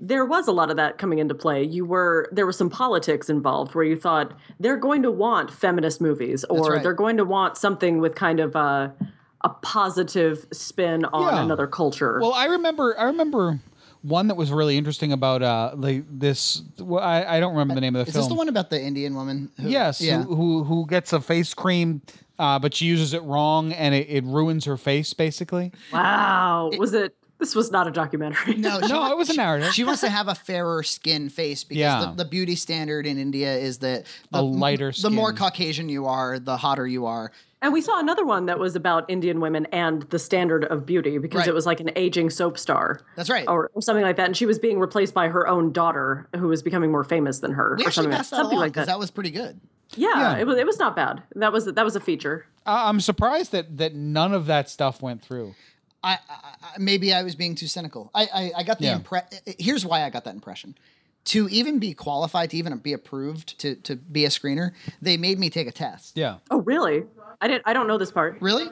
S2: there was a lot of that coming into play. You were there was some politics involved where you thought they're going to want feminist movies or
S1: right.
S2: they're going to want something with kind of a a positive spin on
S3: Yeah.
S2: another culture.
S3: Well, I remember. I remember one that was really interesting about uh like this. Well, I, I don't remember the name of the
S1: Is
S3: film.
S1: this the one about the Indian woman? who-
S3: Yes,
S1: Yeah.
S3: who, who who gets a face cream, uh, but she uses it wrong and it, it ruins her face basically.
S2: wow. was it this was not a documentary.
S3: *laughs*
S1: no, she,
S3: No, it was a
S1: *laughs*
S3: narrative.
S1: she wants to have a fairer skin face because
S3: Yeah.
S1: the, the beauty standard in India is that the,
S3: A lighter
S1: the more
S3: skin.
S1: Caucasian you are, the hotter you are.
S2: And we saw another one that was about Indian women and the standard of beauty because
S1: Right.
S2: it was like an aging soap star.
S1: That's right.
S2: or or something like that. And she was being replaced by her own daughter, who was becoming more famous than her,
S1: we
S2: or
S1: actually
S2: something,
S1: passed that
S2: like, something
S1: along
S2: like
S1: because
S2: that.
S1: that was pretty good.
S2: yeah,
S3: Yeah.
S2: it was it was not bad. That was that was a feature.
S3: I, I'm surprised that that none of that stuff went through.
S1: I, I, I maybe I was being too cynical. I I, I got the
S3: Yeah.
S1: impression. Here's why I got that impression. To even be qualified, to even be approved to to be a screener, they made me take a test.
S3: Yeah.
S2: Oh, really? I didn't. I don't know this part.
S1: Really?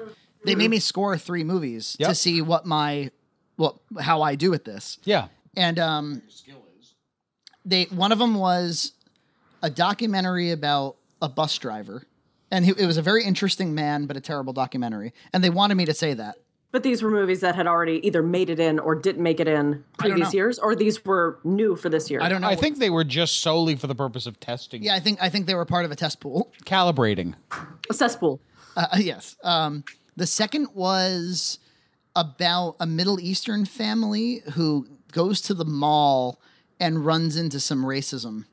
S1: They made me score three movies to
S3: Yep.
S1: see what my what how I do at this.
S3: Yeah.
S1: And um, they one of them was a documentary about a bus driver, and he, it was a very interesting man, but a terrible documentary. And they wanted me to say that.
S2: But these were movies that had already either made it in or didn't make it in previous
S1: know.
S2: years, or these were new for this year.
S1: I don't know.
S3: I think they were just solely for the purpose of testing,
S1: Oh, yeah, I think I think they were part of a test pool.
S3: calibrating.
S2: A cesspool.
S1: Uh, yes. Um, the second was about a Middle Eastern family who goes to the mall and runs into some racism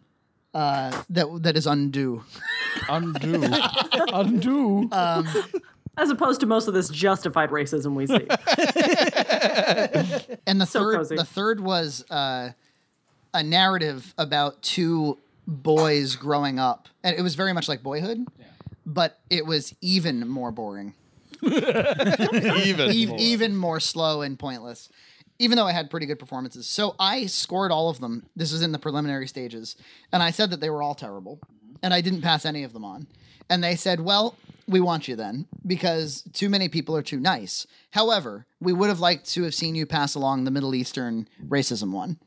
S1: uh, that that is undue. *laughs*
S3: Undo. Undo.
S1: Uh,
S2: As opposed to most of this justified racism
S1: *laughs*
S2: we see.
S1: And the third,
S2: cozy.
S1: the third was uh, a narrative about two boys growing up, and it was very much like Boyhood, but it was even more boring,
S3: Even.
S1: Ev- even more slow and pointless. Even though I had pretty good performances, so I scored all of them. This was in the preliminary stages, and I said that they were all terrible, and I didn't pass any of them on. And they said, "Well, we want you then because too many people are too nice." However, we would have liked to have seen you pass along the Middle Eastern racism one.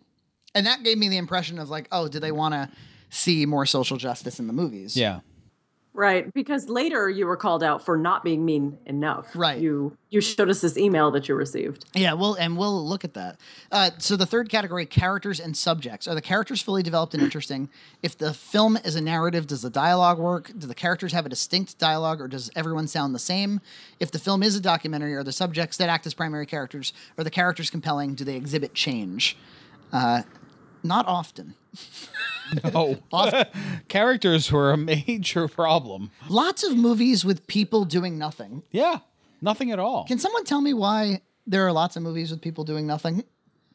S1: and that gave me the impression of like, oh, do they want to see more social justice in the movies?
S3: Yeah.
S2: Right, because later you were called out for not being mean enough.
S1: Right.
S2: You you showed us this email that you received.
S1: yeah. Well, and we'll look at that. Uh, so the third category: characters and subjects. Are the characters fully developed and interesting? If the film is a narrative, does the dialogue work? Do the characters have a distinct dialogue, or does everyone sound the same? If the film is a documentary, are the subjects that act as primary characters? Are the characters compelling? Do they exhibit change? Uh, not often.
S3: Oh. *laughs* Characters were a major problem.
S1: Lots of movies with people doing nothing.
S3: Yeah. Nothing at all.
S1: Can someone tell me why there are lots of movies with people doing nothing?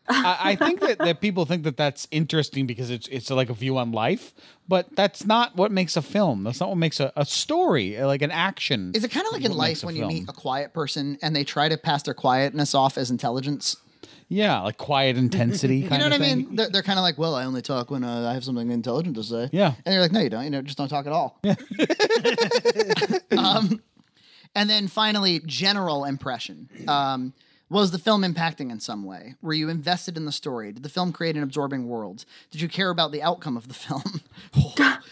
S3: I, I think that, that people think that that's interesting because it's it's like a view on life, but that's not what makes a film. That's not what makes a, a story, like an action.
S1: Is it kind of like
S3: What
S1: in
S3: Mm.
S1: life
S3: makes a
S1: when
S3: film?
S1: you meet a quiet person and they try to pass their quietness off as intelligence?
S3: yeah, like quiet intensity. Kind
S1: You know what I
S3: of thing.
S1: mean? They're, they're kind of like, well, I only talk when uh, I have something intelligent to say.
S3: Yeah.
S1: And you're like, no, you don't. You know, just don't talk at all. *laughs* um, and then finally, general impression. Um, was the film impacting in some way? Were you invested in the story? Did the film create an absorbing world? Did you care about the outcome of the film?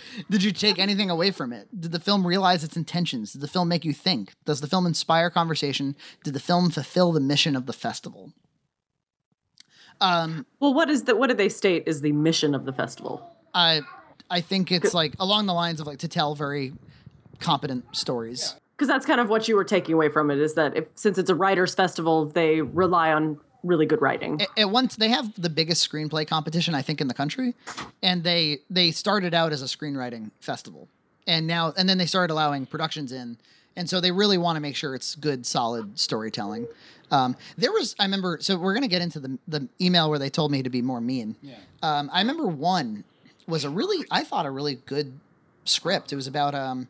S1: *laughs* Did you take anything away from it? Did the film realize its intentions? Did the film make you think? Does the film inspire conversation? Did the film fulfill the mission of the festival? Um,
S2: Well, what is the what did they state is the mission of the festival?
S1: I I think it's like along the lines of like to tell very competent stories.
S2: Because that's kind of what you were taking away from it is that if since it's a writers' festival, they rely on really good writing.
S1: At- At once they have the biggest screenplay competition I think in the country, and they they started out as a screenwriting festival, and now and then they started allowing productions in, and so they really want to make sure it's good solid storytelling. Um, there was I remember so we're gonna get into the the email where they told me to be more mean. Yeah. Um, I remember one was a really I thought a really good script. It was about um,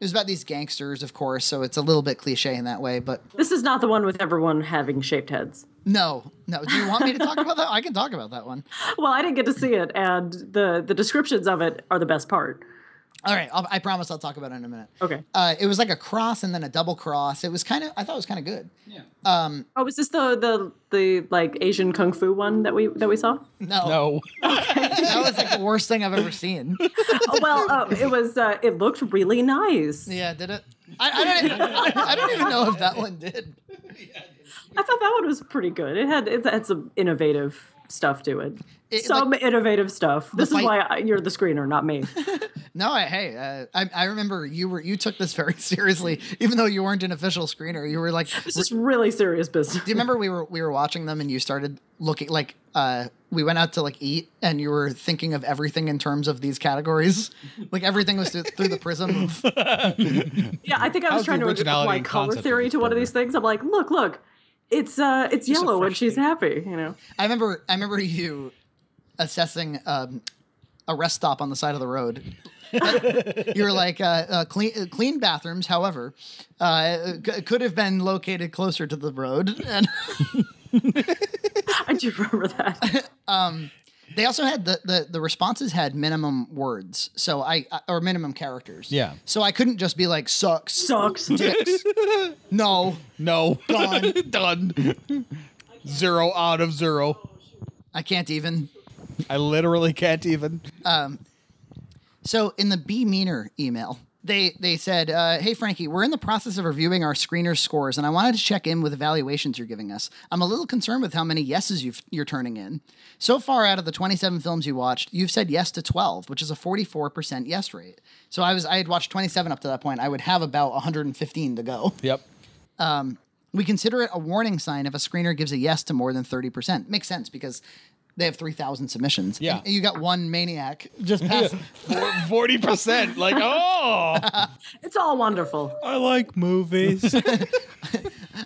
S1: It was about these gangsters, of course, so it's a little bit cliche in that way, but
S2: This is not the one with everyone having shaved heads.
S1: no, no. Do you want me to talk about that? I can talk about that one.
S2: Well, I didn't get to see it, and the the descriptions of it are the best part.
S1: All right, I'll, I promise I'll talk about it in a minute.
S2: Okay.
S1: Uh, it was like a cross and then a double cross. It was kind of, I thought it was kind of good. Yeah.
S2: Oh, is this the the the like Asian kung fu one that we that we saw?
S1: No,
S3: No.
S1: *laughs* that was like the worst thing I've ever seen.
S2: Oh, well, uh, it was. Uh, it looked really nice.
S1: Yeah, did it? I, I don't. Even, I, I don't even know if that one did.
S2: I thought that one was pretty good. It had it had some innovative stuff to it.
S1: It-
S2: some innovative stuff. This
S1: fight-
S2: is why I, you're the screener, not me.
S1: No, I, hey, uh, I, I remember you were you took this very *laughs* seriously, even though you weren't an official screener. You were like,
S2: This is really serious business.
S1: do you remember we were we were watching them and you started looking like uh, we went out to like eat and you were thinking of everything in terms of these categories, like everything was through, through the prism of
S2: Yeah, I think I
S3: How's
S2: was
S3: the
S2: trying to
S3: originality
S2: apply
S3: and
S2: color
S3: concept of
S2: theory
S3: this
S2: to one of
S3: program?
S2: these things. I'm like, look, look, it's uh, it's
S4: a
S2: yellow and
S4: fresh
S2: she's
S4: take.
S2: happy. You know,
S1: I remember I remember you assessing um, a rest stop on the side of the road. you were like uh, uh, clean uh, clean bathrooms, however, uh, c- could have been located closer to the road, and
S2: I do remember that.
S1: they also had the, the the responses had minimum words, so I or minimum characters.
S3: Yeah.
S1: So I couldn't just be like sucks,
S2: Sucks.
S1: dicks. no,
S3: No.
S1: Done.
S3: *laughs* Done. Zero out of zero.
S1: I can't even.
S3: I literally can't even.
S1: So in the B meaner email, they they said, uh, "Hey Frankie, we're in the process of reviewing our screener scores, and I wanted to check in with evaluations you're giving us. I'm a little concerned with how many yeses you've, you're turning in. So far, out of the 27 films you watched, you've said yes to 12, which is a 44 percent yes rate. So I was I had watched 27 up to that point. I would have about 115 to go.
S3: Yep.
S1: We consider it a warning sign if a screener gives a yes to more than 30 percent. Makes sense because." They have 3,000 submissions.
S3: Yeah.
S1: And you got one maniac *laughs* just past,
S3: Forty percent. Like, oh,
S2: It's all wonderful.
S4: *laughs* I like movies.
S1: I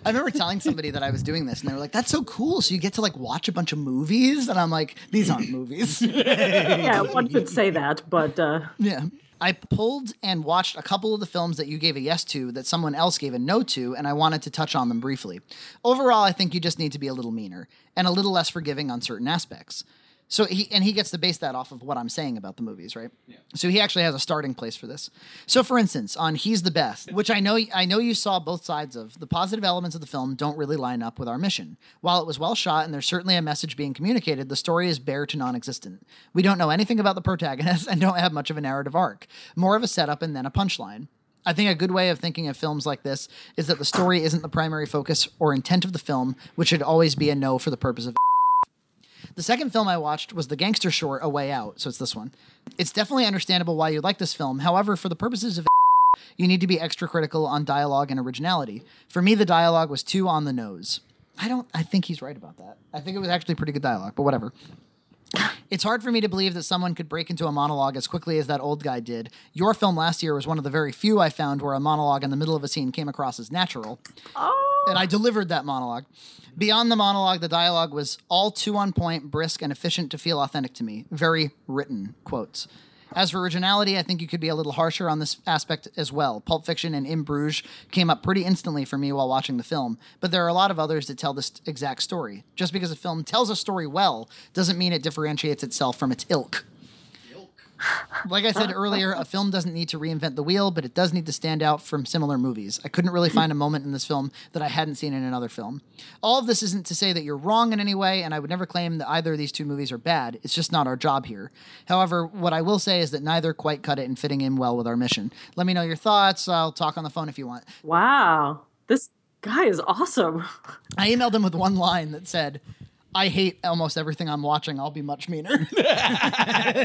S1: remember telling somebody that I was doing this, and they were like, "That's so cool! So you get to like watch a bunch of movies." And I'm like, "These aren't movies."
S2: Yeah, one could say that, but uh,
S1: yeah. I pulled and watched a couple of the films that you gave a yes to that someone else gave a no to, and I wanted to touch on them briefly. Overall, I think you just need to be a little meaner and a little less forgiving on certain aspects. So he and he gets to base that off of what I'm saying about the movies, right? So he actually has a starting place for this. So for instance, on He's the Best, which I know I know you saw both sides of, the positive elements of the film don't really line up with our mission. While it was well shot and there's certainly a message being communicated, the story is bare to non-existent. We don't know anything about the protagonist *laughs* and don't have much of a narrative arc. More of a setup and then a punchline. I think a good way of thinking of films like this is that the story isn't the primary focus or intent of the film, which should always be a no for the purpose of the second film I watched was the gangster short A Way Out, so it's this one. It's definitely understandable why you like this film. However, for the purposes of you need to be extra critical on dialogue and originality. For me, the dialogue was too on the nose. I don't I think he's right about that. I think it was actually pretty good dialogue, but whatever. It's hard for me to believe that someone could break into a monologue as quickly as that old guy did. Your film last year was one of the very few I found where a monologue in the middle of a scene came across as natural
S2: oh,
S1: and I delivered that monologue. Beyond the monologue, the dialogue was all too on point, brisk, and efficient to feel authentic to me. Very written quotes. As for originality, I think you could be a little harsher on this aspect as well. Pulp Fiction and In Bruges came up pretty instantly for me while watching the film, but there are a lot of others that tell this exact story. Just because a film tells a story well doesn't mean it differentiates itself from its ilk. Like I said earlier, a film doesn't need to reinvent the wheel, but it does need to stand out from similar movies. I couldn't really find a moment in this film that I hadn't seen in another film. All of this isn't to say that you're wrong in any way, and I would never claim that either of these two movies are bad. It's just not our job here. However, what I will say is that neither quite cut it in fitting in well with our mission. Let me know your thoughts. I'll talk on the phone if you want.
S2: wow, this guy is awesome.
S1: I emailed him with one line that said, I hate almost everything I'm watching. I'll be much meaner. *laughs*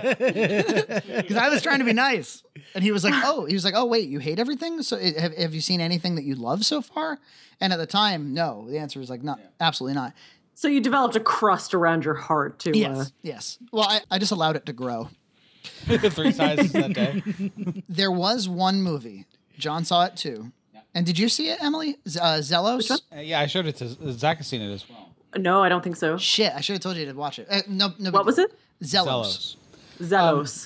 S1: Because I was trying to be nice. And he was like, Oh, he was like, Oh, wait, you hate everything? So eh, have, have you seen anything that you love so far? And at the time, no. The answer was like, No, absolutely not.
S2: So you developed a crust around your heart to uh,
S1: Yes. Yes. Well, I, I just allowed it to grow.
S3: *laughs* three sizes that day.
S1: There was one movie. John saw it too. And did you see it, Emily? Z- Uh, Zellos?
S3: Uh, yeah, I showed it to Zach. Has seen it as well.
S2: No, I don't think so.
S1: Shit, I should have told you to watch it. Eh, no, no. big
S2: What was
S1: deal.
S2: it?
S1: Zellos.
S3: Zellos.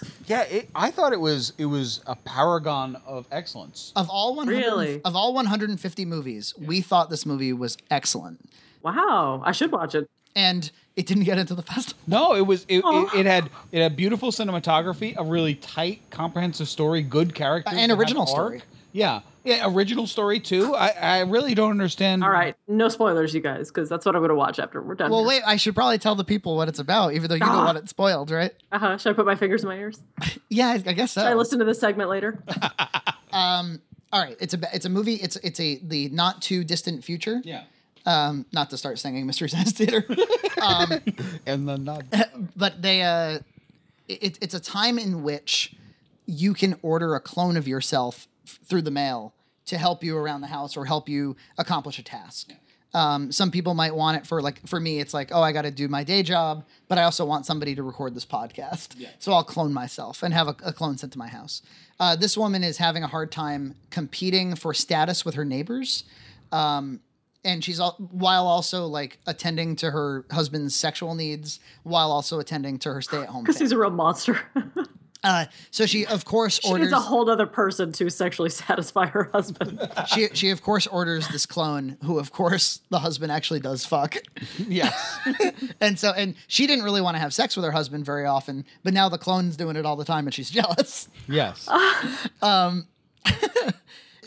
S2: Zelos.
S3: Yeah, it, I thought it was it was a paragon of excellence.
S1: Of all 100
S2: Really?
S1: of all 150 movies, we thought this movie was excellent,
S2: wow, I should watch it.
S1: and it didn't get into the *laughs* festival.
S3: No, it was it,
S2: Aw.
S3: it, it had it had beautiful cinematography, a really tight, comprehensive story, good characters,
S1: An
S3: that had
S1: original
S3: arc.
S1: story.
S3: Yeah, yeah, original story too. I I really don't understand.
S2: All right, no spoilers, you guys, because that's what I'm going to watch after we're done.
S1: Well,
S2: here.
S1: wait, I should probably tell the people what it's about, even though you don't
S2: Ah.
S1: want it spoiled, right?
S2: Uh-huh. Should I put my fingers in my ears?
S1: Yeah, I, I guess so.
S2: Should I listen to this segment later?
S1: *laughs* um, all right, it's a it's a movie. It's it's a the not too distant future.
S3: Yeah,
S1: Um, not to start singing Mystery Science Theater. *laughs* um,
S3: and then not.
S1: but they uh it, it's a time in which you can order a clone of yourself f- through the mail to help you around the house or help you accomplish a task um, some people might want it for like for me it's like oh i got to do my day job but i also want somebody to record this podcast so i'll clone myself and have a, a clone sent to my house uh, this woman is having a hard time competing for status with her neighbors um, and she's all, while also like attending to her husband's sexual needs while also attending to her stay-at-home
S2: Because
S1: family.
S2: he's a real monster.
S1: Uh, so she of course
S2: she
S1: orders
S2: needs a whole other person to sexually *laughs* satisfy her
S1: *laughs*
S2: husband.
S1: she she of course orders this clone who of course the husband actually does fuck
S3: *laughs* Yes,
S1: and so and she didn't really want to have sex with her husband very often but now the clone's doing it all the time and she's *laughs* jealous
S3: yes.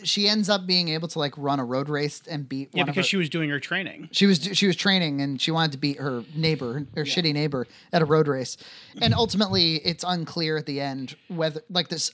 S1: she ends up being able to like run a road race and beat one
S4: Yeah,
S1: of her-
S4: because she was doing her training.
S1: She was she was training and she wanted to beat her neighbor, her shitty neighbor, at a road race, and ultimately it's unclear at the end whether like this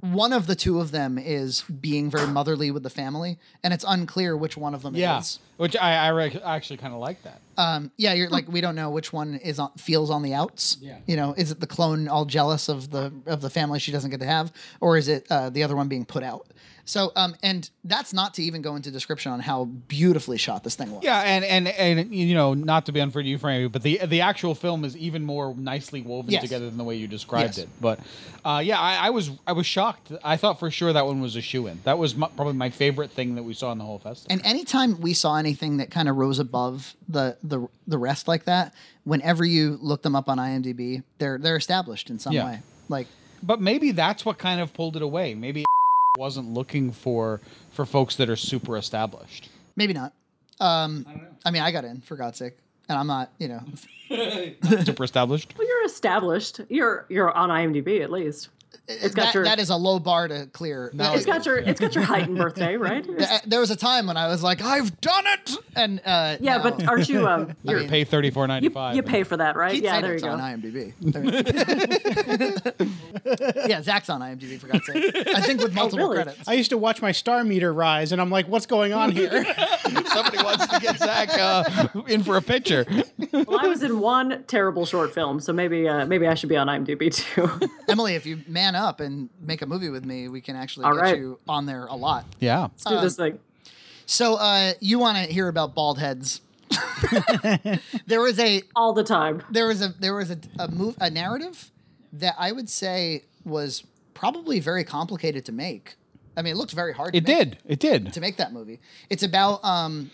S1: one of the two of them is being very motherly with the family, and it's unclear which one of them
S3: Yeah,
S1: is.
S3: which I I rec- I actually kind of like that.
S1: Um, yeah, you're like we don't know which one is on, feels on the outs.
S3: Yeah.
S1: you know, is it the clone all jealous of the of the family she doesn't get to have, or is it uh, the other one being put out? So, um, and that's not to even go into description on how beautifully shot this thing was.
S3: Yeah, and and and you know, not to be unfair to you, Frankie, but the the actual film is even more nicely woven
S1: Yes.
S3: together than the way you described
S1: Yes.
S3: it. But uh, yeah, I, I was I was shocked. I thought for sure that one was a shoe in. That was my, probably my favorite thing that we saw in the whole festival.
S1: And anytime we saw anything that kind of rose above the, the the rest like that, whenever you look them up on IMDb, they're they're established in some
S3: Yeah.
S1: way. Like
S3: but maybe that's what kind of pulled it away. Maybe *laughs* wasn't looking for for folks that are super established.
S1: maybe not. Um, I, mean, I got in for God's sake, and I'm not. You know,
S3: super established.
S2: Well, you're established. You're you're on IMDb at least. It's got
S1: that,
S2: your
S1: that is a low bar to clear. That-
S2: it's got your it's got your height and
S1: *laughs*
S2: birthday, right?
S1: uh, there was a time when I was like, I've done it, and uh,
S2: yeah,
S1: no.
S2: but aren't
S1: *laughs*
S2: you um
S3: You
S2: you're,
S3: pay thirty four ninety
S2: you,
S3: five.
S2: you pay for that, right?
S1: Pete
S2: yeah, there you
S1: Sagel's
S2: go.
S1: on IMDb.
S2: *laughs*
S1: There- *laughs* yeah, Zach's on IMDb for God's sake. I think with multiple
S2: Oh, really?
S1: credits.
S4: I used to watch my star meter rise, and I'm like, "What's
S3: *laughs*
S4: going on here?"
S3: Somebody wants to get Zach uh, in for a picture.
S2: Well, I was in one terrible short film, so maybe uh, maybe I should be on IMDb too. *laughs*
S1: Emily, if you man up and make a movie with me, we can actually
S2: All
S1: get
S2: right.
S1: you on there a lot.
S3: Yeah.
S1: Uh,
S2: Do this thing.
S1: So uh, you want to hear about bald heads? *laughs* there was a
S2: all the time.
S1: there was a there was a a, move, a narrative that I would say was probably very complicated to make. I mean, it looked very hard.
S3: It
S1: to make,
S3: did. It did.
S1: to make that movie. It's about um,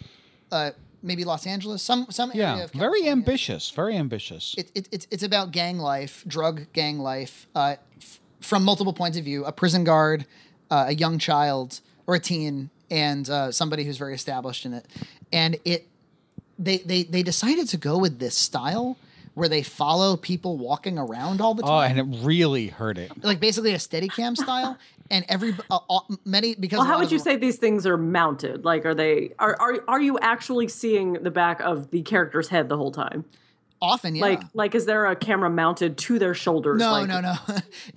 S1: uh, maybe Los Angeles, some some area
S3: Yeah,
S1: of
S3: very
S1: California.
S3: ambitious. Very ambitious.
S1: it, it, it's, it's about gang life, drug gang life, uh, f- from multiple points of view a prison guard, uh, a young child, or a teen, and uh, somebody who's very established in it. And it they, they, they decided to go with this style where they follow people walking around all the time.
S3: oh, and it really hurt it.
S1: like basically a Steadicam
S3: *laughs*
S1: style, and every uh, all, many because
S2: Well,
S1: a
S2: how
S1: lot
S2: would
S1: of
S2: you
S1: them-
S2: say these things are mounted? Like, are they are are are you actually seeing the back of the character's head the whole time?
S1: often? Yeah,
S2: Like, like is there a camera mounted to their shoulders?
S1: No,
S2: like,
S1: no, *laughs* no.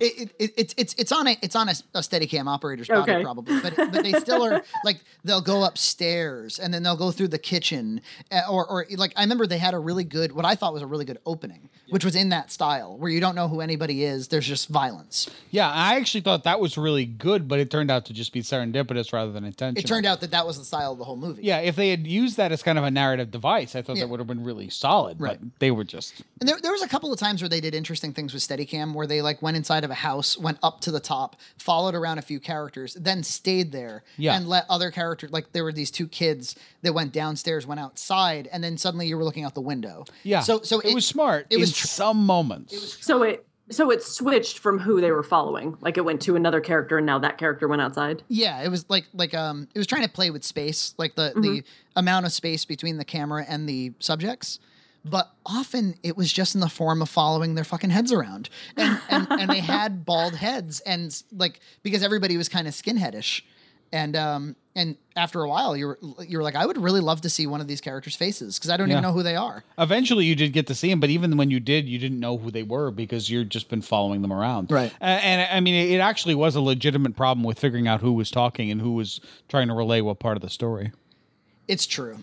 S1: It, it, it, it's it's it's on a it's on a, a Steadicam operator's body
S2: Okay.
S1: probably, but but they still
S2: *laughs*
S1: are like they'll go upstairs and then they'll go through the kitchen uh, or or like I remember they had a really good what I thought was a really good opening, which was in that style where you don't know who anybody is. There's just violence.
S3: Yeah, I actually thought that was really good, but it turned out to just be serendipitous rather than intentional.
S1: It turned out that that was the style of the whole movie.
S3: Yeah, if they had used that as kind of a narrative device, I thought
S1: Yeah.
S3: that would have been really solid.
S1: Right.
S3: But they were just
S1: And there, there was a couple of times where they did interesting things with Steadicam, where they like went inside of a house, went up to the top, followed around a few characters, then stayed there,
S3: Yeah.
S1: and let other characters like there were these two kids that went downstairs, went outside, and then suddenly you were looking out the window.
S3: yeah.
S1: So so
S3: it, was smart.
S1: it
S3: It was
S1: was
S3: in some moments.
S2: So it So it switched from who they were following. Like it went to another character, and now that character went outside.
S1: Yeah, it was like like um it was trying to play with space, like the the amount of space between the camera and the subjects. But often it was just in the form of following their fucking heads around. And and, and they had bald heads and like because everybody was kind of skinheadish. And um and after a while you were you were like, I would really love to see one of these characters' faces because I don't
S3: Yeah.
S1: even know who they are.
S3: Eventually, you did get to see them, but even when you did, you didn't know who they were because you'd just been following them around.
S1: Right.
S3: A- And, I mean, it actually was a legitimate problem with figuring out who was talking and who was trying to relay what part of the story.
S1: It's true.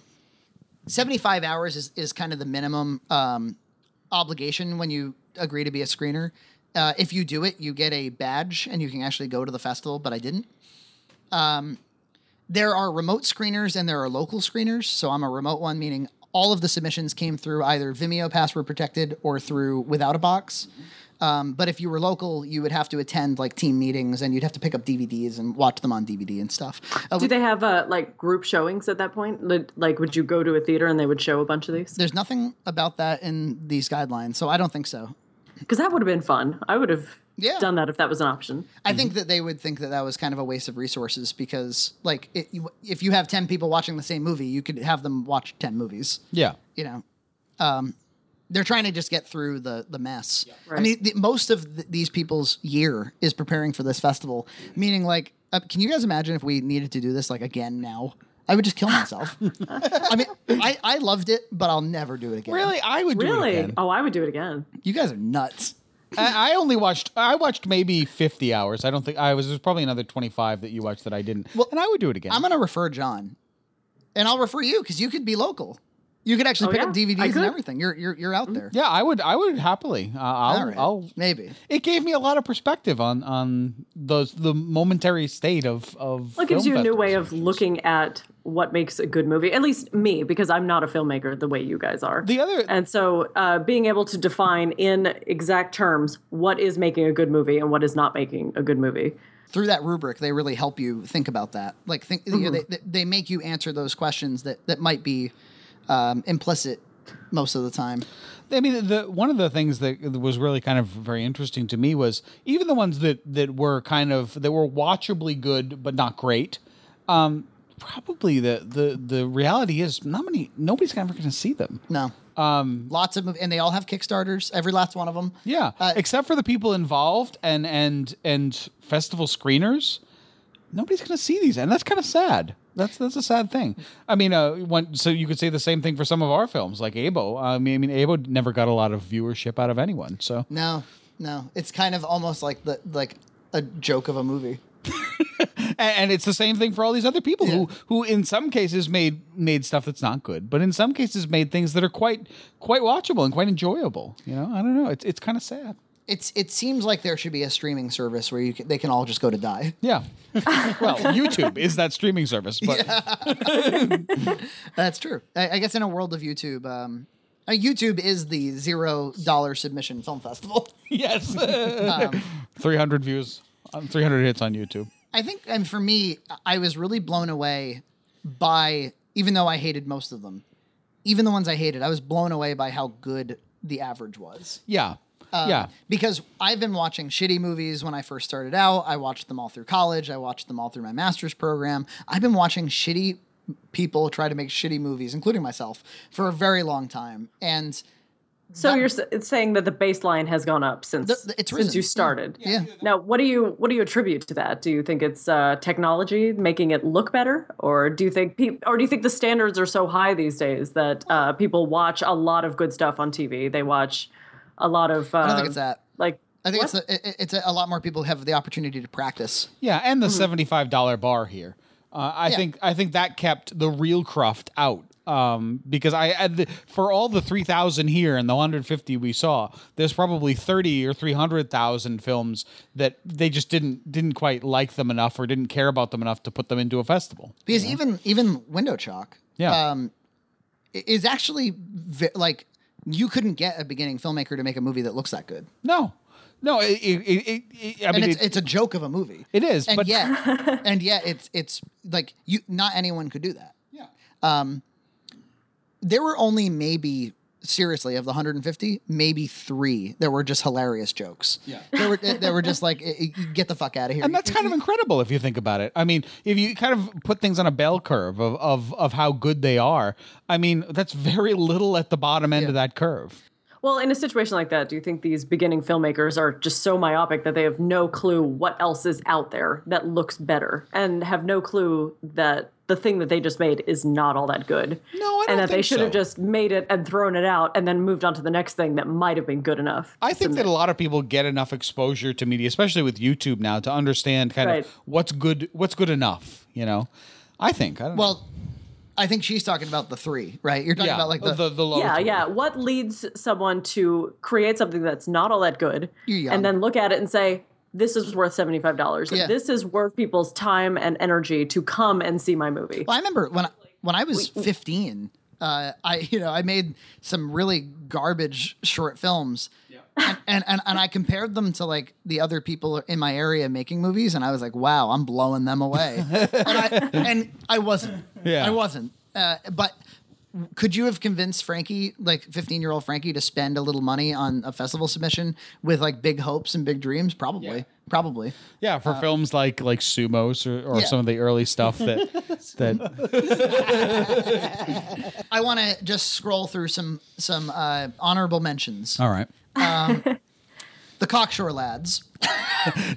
S1: 75 hours is, is kind of the minimum um, obligation when you agree to be a screener. Uh, if you do it, you get a badge and you can actually go to the festival, but I didn't. Um, there are remote screeners and there are local screeners. So I'm a remote one, meaning all of the submissions came through either Vimeo password protected or through without a box. Um, but if you were local, you would have to attend like team meetings and you'd have to pick up DVDs and watch them on DVD and stuff. Uh,
S2: Do they have uh, like group showings at that point? Li- Like, would you go to a theater and they would show a bunch of these?
S1: There's nothing about that in these guidelines, so I don't think so.
S2: Because that would have been fun. I would have
S1: Yeah.
S2: done that if that was an option.
S1: I think that they would think that that was kind of a waste of resources because, like, it, you, if you have ten people watching the same movie, you could have them watch ten movies.
S3: Yeah.
S1: You know, um, they're trying to just get through the the mess. I
S2: Right.
S1: mean, the, most of th- these people's year is preparing for this festival. Meaning, like, uh, can you guys imagine if we needed to do this like again now? I would just kill myself. I mean, I, I loved it, but I'll never do it again.
S3: Really? I would do it
S2: Really?
S3: again.
S2: Oh, I would do it again.
S1: You guys are nuts.
S3: I, I only watched, I watched maybe 50 hours. I don't think, I was, there's probably another 25 that you watched that I didn't. Well, and I would do it again.
S1: I'm going to refer John, and I'll refer you because you could be local. You could actually
S2: Oh,
S1: pick
S2: yeah?
S1: up
S2: I
S1: DVDs and
S2: could.
S1: everything. You're you're you're out there.
S3: yeah, I would, I would happily. Uh, I'll,
S1: All right.
S3: I'll,
S1: Maybe.
S3: it gave me a lot of perspective on, on those, the momentary state of, of,
S2: Well, it gives
S3: film
S2: you a new way
S3: festivals.
S2: of looking at what makes a good movie. At least me, because I'm not a filmmaker the way you guys are.
S3: The other,
S2: and so, uh, being able to define in exact terms what is making a good movie and what is not making a good movie.
S1: Through that rubric, they really help you think about that. Like think you know, they, they they make you answer those questions that that might be um, implicit most of the time.
S3: I mean, the one of the things that was really kind of very interesting to me was even the ones that that were kind of that were watchably good but not great. Um, probably the the the reality is not many nobody's ever going to see them.
S1: No. Um, Lots of mov- and they all have Kickstarters. Every last one of them.
S3: Yeah,
S1: Uh,
S3: except for the people involved and and and festival screeners, nobody's going to see these, and that's kind of sad. That's that's a sad thing. I mean, uh, one, so you could say the same thing for some of our films, like Abo. I mean, I mean, Abo never got a lot of viewership out of anyone. So
S1: No. No. It's kind of almost like the like a joke of a movie.
S3: and, and it's the same thing for all these other people who who in some cases made made stuff that's not good but in some cases made things that are quite quite watchable and quite enjoyable you know i don't know it's it's kind of sad
S1: It's it seems like there should be a streaming service where you can, they can all just go to die.
S3: yeah *laughs* well youtube is that streaming service but
S1: That's true. I, I guess in a world of YouTube, um, uh, YouTube is the zero dollar submission film festival. *laughs*
S3: yes
S1: Um,
S3: 300 views um, 300 hits on youtube
S1: I think, and for me, I was really blown away by, even though I hated most of them, even the ones I hated, I was blown away by how good the average was.
S3: yeah
S1: Um,
S3: yeah
S1: Because I've been watching shitty movies when I first started out. I watched them all through college. I watched them all through my master's program. I've been watching shitty people try to make shitty movies, including myself, for a very long time. And
S2: So you're s- it's saying that the baseline has gone up since
S1: The- the- it's
S2: since
S1: risen.
S2: you started.
S1: yeah.
S2: Now, what do you what do you attribute to that? Do you think it's uh, technology making it look better, or do you think peop or do you think the standards are so high these days that uh, people watch a lot of good stuff on TV? They watch a lot of. Uh,
S1: I don't think it's that.
S2: Like
S1: I think
S2: What?
S1: it's a, it- it's a, a lot more people have the opportunity to practice.
S3: Yeah, and the
S1: mhm.
S3: seventy-five dollar bar here. Uh, I think I think that kept the real cruft out um, because I I- the, for all the three thousand here and the hundred fifty we saw, there's probably thirty or three hundred thousand films that they just didn't didn't quite like them enough or didn't care about them enough to put them into a festival.
S1: Because even even window chalk,
S3: Yeah.
S1: um, i- is actually ve- like you couldn't get a beginning filmmaker to make a movie that looks that good,
S3: No, no, it, it, it, it- I
S1: and
S3: mean
S1: it's,
S3: it-
S1: it's a joke of a movie.
S3: it is,
S1: and
S3: but *laughs*
S1: yet, and yet, it's it's like you not anyone could do that.
S3: yeah.
S1: There were Um, only maybe seriously of the 150 maybe three that were just hilarious jokes
S3: Yeah.
S1: they were they were just like "Eh, eh, get the fuck out of here
S3: And that's kind of
S2: Mm-hmm.
S3: incredible if you think about it. I mean, if you kind of put things on a bell curve of, of, of how good they are, I mean, that's very little at the bottom end of that curve.
S2: Well, in a situation like that, do you think these beginning filmmakers are just so myopic that they have no clue what else is out there that looks better and have no clue that the thing that they just made is not all that good?
S3: No, I don't
S2: And that they
S3: think
S2: should have
S3: so.
S2: just made it and thrown it out and then moved on to the next thing that might have been good enough.
S3: I think that a lot of people get enough exposure to media, especially with YouTube now, to understand kind
S2: Right.
S3: of what's good, what's good enough. You know, I think. I don't
S1: well i think she's talking about the three right you're
S3: know.
S1: talking about like the,
S3: the the lower
S2: yeah,
S3: tier.
S2: yeah. What leads someone to create something that's not all that good
S1: You're young.
S2: and then look at it and say, this is worth $75.
S1: Yeah.
S2: This is worth people's time and energy to come and see my movie.
S1: Well, I remember when I, when I was 15, uh, I you know I made some really garbage short films, and, and and and I compared them to like the other people in my area making movies, and I was like, wow, I'm blowing them
S3: *laughs*
S1: away, and, I, and I wasn't,
S3: Yeah.
S1: I wasn't, uh, but. Could you have convinced Frankie, like fifteen-year-old Frankie, to spend a little money on a festival submission with like big hopes and big dreams? Probably,
S3: Yeah.
S1: probably.
S3: Yeah,
S2: Uh,
S3: for films like like Sumos or, or
S1: yeah.
S3: some of the early
S2: *laughs*
S3: stuff that that
S1: I want to just scroll through some some uh, honorable mentions.
S3: all right.
S1: The Cockshore Lads.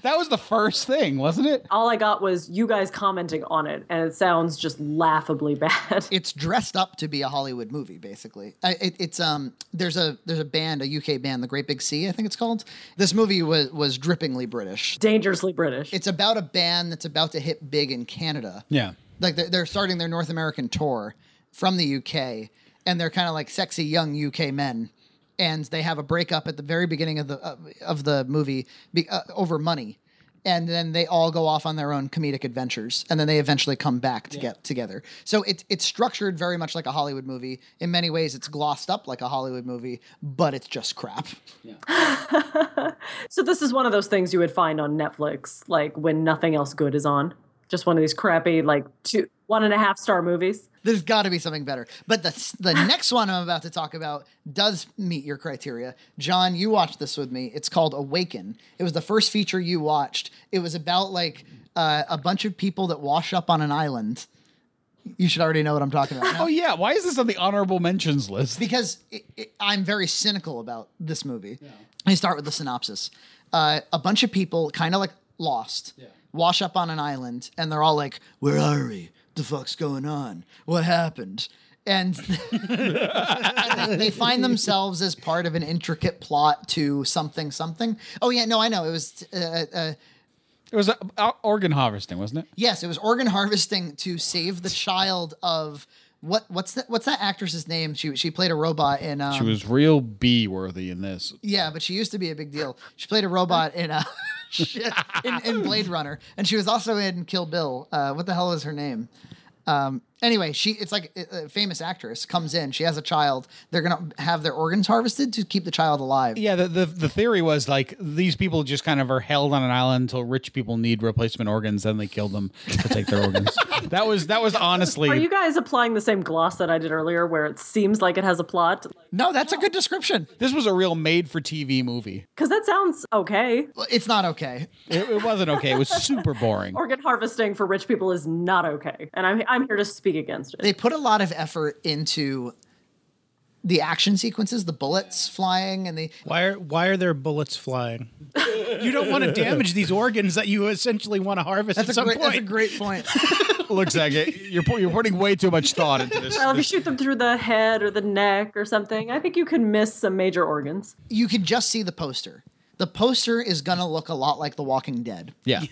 S3: That was the first thing, wasn't it?
S2: all I got was you guys commenting on it, and it sounds just laughably *laughs* bad.
S1: It's dressed up to be a Hollywood movie, basically. I, it, it's um, there's a there's a band, a UK band, the Great Big Sea, I think it's called. This movie was was drippingly British.
S2: Dangerously British.
S1: It's about a band that's about to hit big in Canada.
S3: Yeah.
S1: like they're, they're starting their North American tour from the UK, and they're kind of like sexy young UK men, and they have a breakup at the very beginning of the of- of the movie be, uh, over money, and then they all go off on their own comedic adventures, and then they eventually come back to get together. So it's it's structured very much like a Hollywood movie. In many ways, it's glossed up like a Hollywood movie, but it's just crap. *laughs*
S2: so this is one of those things you would find on Netflix, like when nothing else good is on. Just one of these crappy, like two, one and a half star movies.
S1: There's got to be something better. But the s- the next one I'm about to talk about does meet your criteria. John, you watched this with me. It's called Awaken. It was the first feature you watched. It was about like uh, a bunch of people that wash up on an island. You should already know what I'm talking about.
S3: Oh yeah. Why is this on the honorable mentions list?
S1: because it, it, I'm very cynical about this movie. I start with the synopsis. Uh, a bunch of people, kind of like lost, wash up on an island, and they're all like, "Where are we? The fuck's going on? What happened?" And *laughs* and they, they find themselves as part of an intricate plot to something, something. Oh yeah, no, I know. It was uh, uh,
S3: It was uh, uh, organ harvesting, wasn't it?
S1: Yes, it was organ *laughs* harvesting to save the child of what? What's that? What's that actress's name? She she played a robot in. Um,
S3: She was real B worthy in this.
S1: Yeah, but she used to be a big deal. She played a robot in uh, *laughs* shit, in, in Blade Runner, and she was also in Kill Bill. Uh, what the hell is her name? Um, anyway, she it's like uh, a a famous actress comes in. She has a child. They're gonna have their organs harvested to keep the child alive.
S3: Yeah, the, the the theory was like these people just kind of are held on an island until rich people need replacement organs, then they kill them to take their *laughs* organs. That was that was honestly
S2: Are you guys applying the same gloss that I did earlier, where it seems like it has a plot?
S1: No, that's a good description.
S3: this was a real made for TV movie.
S2: Because that sounds okay.
S1: Well, It's not okay.
S3: It, it wasn't okay. It was super boring.
S2: Organ harvesting for rich people is not okay, and I'm I'm here to speak against it.
S1: They put a lot of effort into the action sequences, the bullets flying, and the
S4: Why are why are there bullets flying? you don't want to damage these organs that you essentially want to harvest
S1: that's
S4: at
S1: a
S4: some
S1: great, that's a
S4: point.
S1: great point.
S3: Looks like it. You're pu- you're putting way too much thought into
S2: *laughs*
S3: this.
S2: Well, if you shoot them through the head or the neck or something, I think you can miss some major organs.
S1: you can just see the poster. The poster is going to look a lot like The Walking Dead.
S3: Yeah.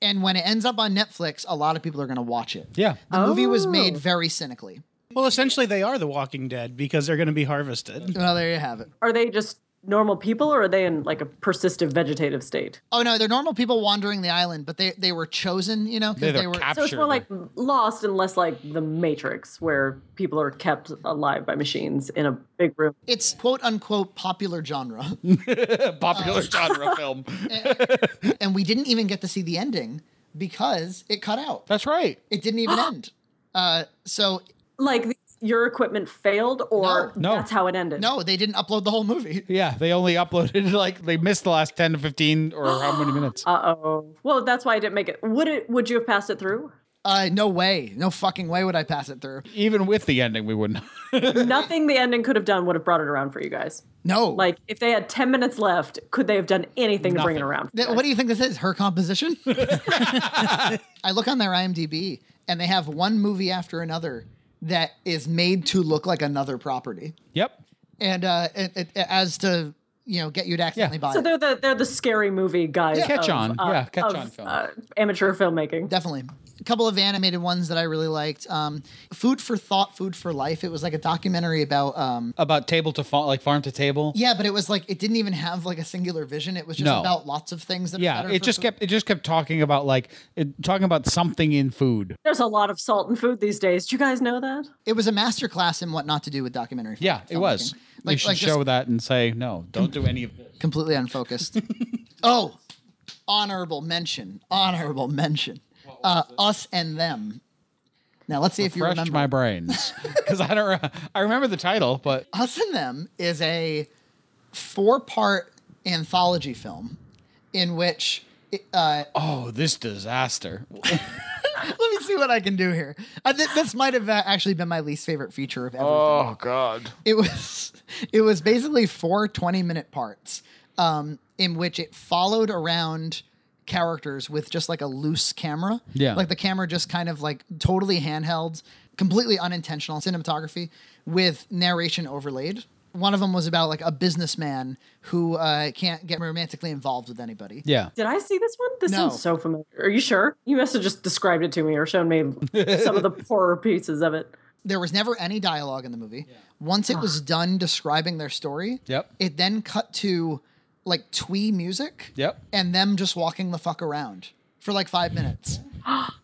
S1: And when it ends up on Netflix, a lot of people are going to watch it.
S3: Yeah.
S1: The movie was made
S2: Oh.
S1: very cynically.
S4: Well, essentially they are the Walking Dead because they're going to be harvested.
S1: Well, Oh, there you have it.
S2: are they just normal people or are they in like a persistent vegetative state?
S1: Oh no, they're normal people wandering the island, but they they were chosen, you know,
S3: They're
S1: because they were
S3: captured.
S2: So it's more like Lost and less like The Matrix, where people are kept alive by machines in a big room.
S1: it's quote unquote popular *laughs* genre.
S3: a popular genre film.
S1: and we didn't even get to see the ending because it cut out.
S3: That's right.
S1: *gasps* It didn't even end. Uh, so
S2: Like these your equipment failed or
S3: No. No.
S2: that's how it ended?
S1: No, they didn't upload the whole movie.
S3: Yeah, they only uploaded like they missed the last ten to fifteen or how many minutes?
S2: Uh oh. Well, that's why I didn't make it. Would it? Would you have passed it through?
S1: Uh, no way, no fucking way would I pass it through.
S3: Even with the ending, we wouldn't.
S2: Nothing the ending could have done would have brought it around for you guys.
S1: No,
S2: Like if they had ten minutes left, could they have done anything to bring it
S3: Nothing.
S2: around?
S1: Th- what do you think this is? Her
S3: *laughs*
S1: composition? I look on their IMDb and they have one movie after another that is made to look like another property.
S3: yep.
S1: And uh, it, it, as to, you know, get you to accidentally
S3: Yeah.
S1: buy
S2: So
S1: it.
S2: they're the they're the scary movie guys.
S3: Catch
S2: of,
S3: on.
S2: uh,
S3: Yeah, catch
S2: of,
S3: on film.
S2: uh, amateur filmmaking.
S1: Definitely. A couple of animated ones that I really liked. Um, Food for Thought, Food for Life. It was like a documentary about, um,
S3: About table to farm, like farm to table.
S1: yeah, but it was like, it didn't even have like a singular vision. It was just
S3: No.
S1: about lots of things that are
S3: Yeah,
S1: better
S3: it
S1: for
S3: just
S1: food.
S3: kept it just kept talking about like it, talking about something in food.
S2: There's a lot of salt in food these days. Do you guys know that?
S1: It was a master class in what not to do with documentary.
S3: Yeah, it was.
S1: filmmaking.
S3: we should
S1: just-
S3: show that and say no, don't do any of this.
S1: completely unfocused. oh, honorable mention, honorable mention. Uh, us and them. Now let's see if you
S3: Fresh
S1: remember.
S3: my brains because I don't. Re- I remember the title, but
S1: us and them is a four-part anthology film in which. It, uh,
S3: oh, this disaster.
S1: let me see what I can do here. I thi- this might have uh, actually been my least favorite feature of everything.
S3: Oh God.
S1: it was *laughs* it was basically four 20 minute parts um, in which it followed around characters with just like a loose camera
S3: Yeah.
S1: like the camera just kind of like totally handheld completely unintentional cinematography with narration overlaid one of them was about like a businessman who uh, can't get romantically involved with anybody
S3: Yeah.
S2: Did I see this one? This
S1: No.
S2: sounds so familiar. Are you sure? You must have just described it to me or shown me some of the poorer pieces of it.
S1: there was never any dialogue in the movie. Once it was done describing their story,
S3: Yep.
S1: it then cut to like twee music.
S3: Yep.
S1: And them just walking the fuck around for like five minutes.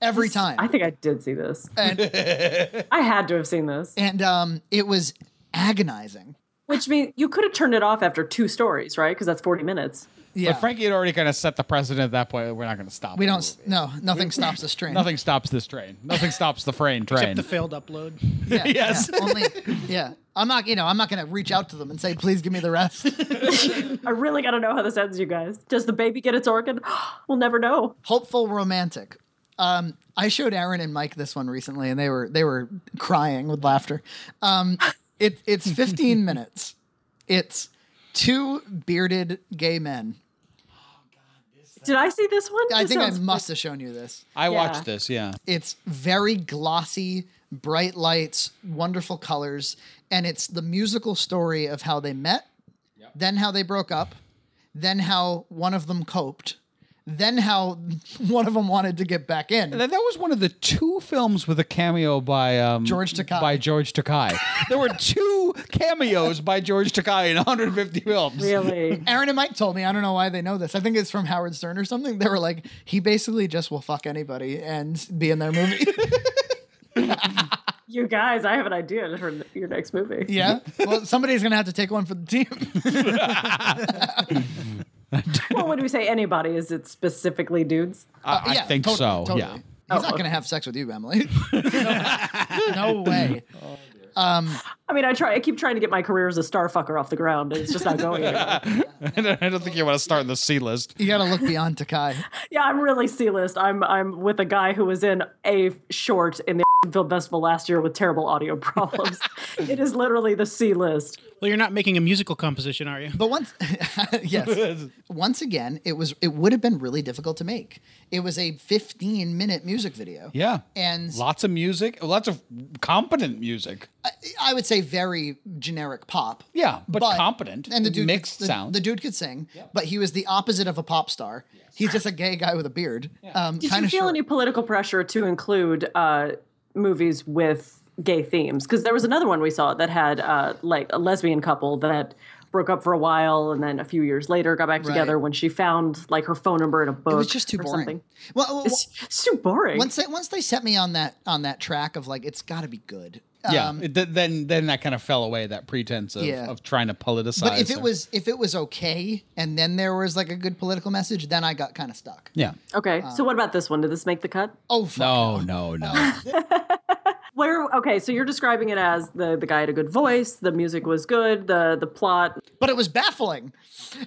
S1: Every time.
S2: I think I did see this. I had to have seen this.
S1: and um it was agonizing.
S2: Which means you could have turned it off after two stories, right? Because that's 40 minutes.
S1: Yeah.
S3: But Frankie had already kind of set the precedent at that point. We're not going to stop.
S1: we
S3: the
S1: don't
S3: movie.
S1: s- no, nothing stops
S3: *laughs*
S1: the train.
S3: Nothing stops this train. Nothing stops the frame
S4: Except
S3: train.
S4: the failed upload.
S1: Yeah,
S3: yes.
S1: Yeah, only yeah. I'm not you know, I'm not gonna reach out to them and say, please give me the rest.
S2: I really got to know how this ends, you guys. Does the baby get its organ? *gasps* we'll never know.
S1: hopeful romantic. Um, I showed Aaron and Mike this one recently, and they were they were crying with laughter. Um, it it's 15 minutes. It's two bearded gay men.
S2: Did I see this one?
S1: I
S2: This
S1: think I
S2: sounds-
S1: must have shown you this.
S3: I
S2: Yeah.
S3: watched this. Yeah.
S1: It's very glossy, bright lights, wonderful colors, and it's the musical story of how they met, then how they broke up, then how one of them coped, then how *laughs* one of them wanted to get back in.
S3: That, that was one of the two films with a cameo by um,
S1: George Takei.
S3: By George Takei. there were two cameos by George Takei in 150
S2: *laughs*
S3: films.
S2: Really? *laughs*
S1: Aaron and Mike told me. I don't know why they know this. I think it's from Howard Stern or something. They were like, he basically just will fuck anybody and be in their
S3: *laughs*
S1: movie.
S2: you guys, I have an idea for your next movie.
S1: yeah. Well, somebody's gonna have to take one for the team.
S2: Well, when we say anybody, is it specifically dudes?
S3: *laughs* I, I
S1: Yeah,
S3: think
S1: totally,
S3: so.
S1: Totally.
S3: Yeah.
S1: He's not gonna have sex with you, Emily. *laughs* no, no way.
S2: I mean, I try. I keep trying to get my career as a star fucker off the ground. And it's just
S1: *laughs*
S2: not going. anywhere.
S3: *laughs* I don't think you want to start in the C list.
S1: You gotta look beyond Takai.
S2: yeah, I'm really C list. I'm I'm with a guy who was in a short in the *laughs* film festival last year with terrible audio *laughs* problems. it is literally the C list.
S4: Well, you're not making a musical composition, are you?
S1: But once, *laughs* yes, once again, it was it would have been really difficult to make. It was a 15 minute music video.
S3: *laughs* Yeah.
S1: And
S3: Lots of music, lots of competent music.
S1: I would say very generic pop.
S3: Yeah, but, competent
S1: And the dude
S3: mixed
S1: the,
S3: sound.
S1: The dude could sing, but he was the opposite of a pop star. He's just a gay guy with a beard. Um,
S2: Did
S1: kind
S2: you
S1: of
S2: feel
S1: short.
S2: any political pressure to include uh, movies with gay themes? Because there was another one we saw that had uh, like a lesbian couple that broke up for a while and then a few years later got back together when she found like her phone number in a book.
S1: it was just too
S2: or
S1: boring.
S2: Something.
S1: Well, well,
S2: It's, it's too boring.
S1: once they once they set me on that on that track of like it's got to be good.
S3: yeah,
S1: Um,
S3: it- th- then then that kind of fell away. That pretense of,
S1: Yeah.
S3: of trying to politicize.
S1: but if it
S3: or-
S1: was if it was okay, and then there was like a good political message, then I got kind of stuck.
S3: yeah,
S1: uh, *laughs*
S2: okay, so what about this one? Did this make the cut?
S1: Oh fuck.
S3: no, no, no.
S2: Where okay, so you're describing it as the the guy had a good voice, the music was good, the the plot.
S1: But it was baffling.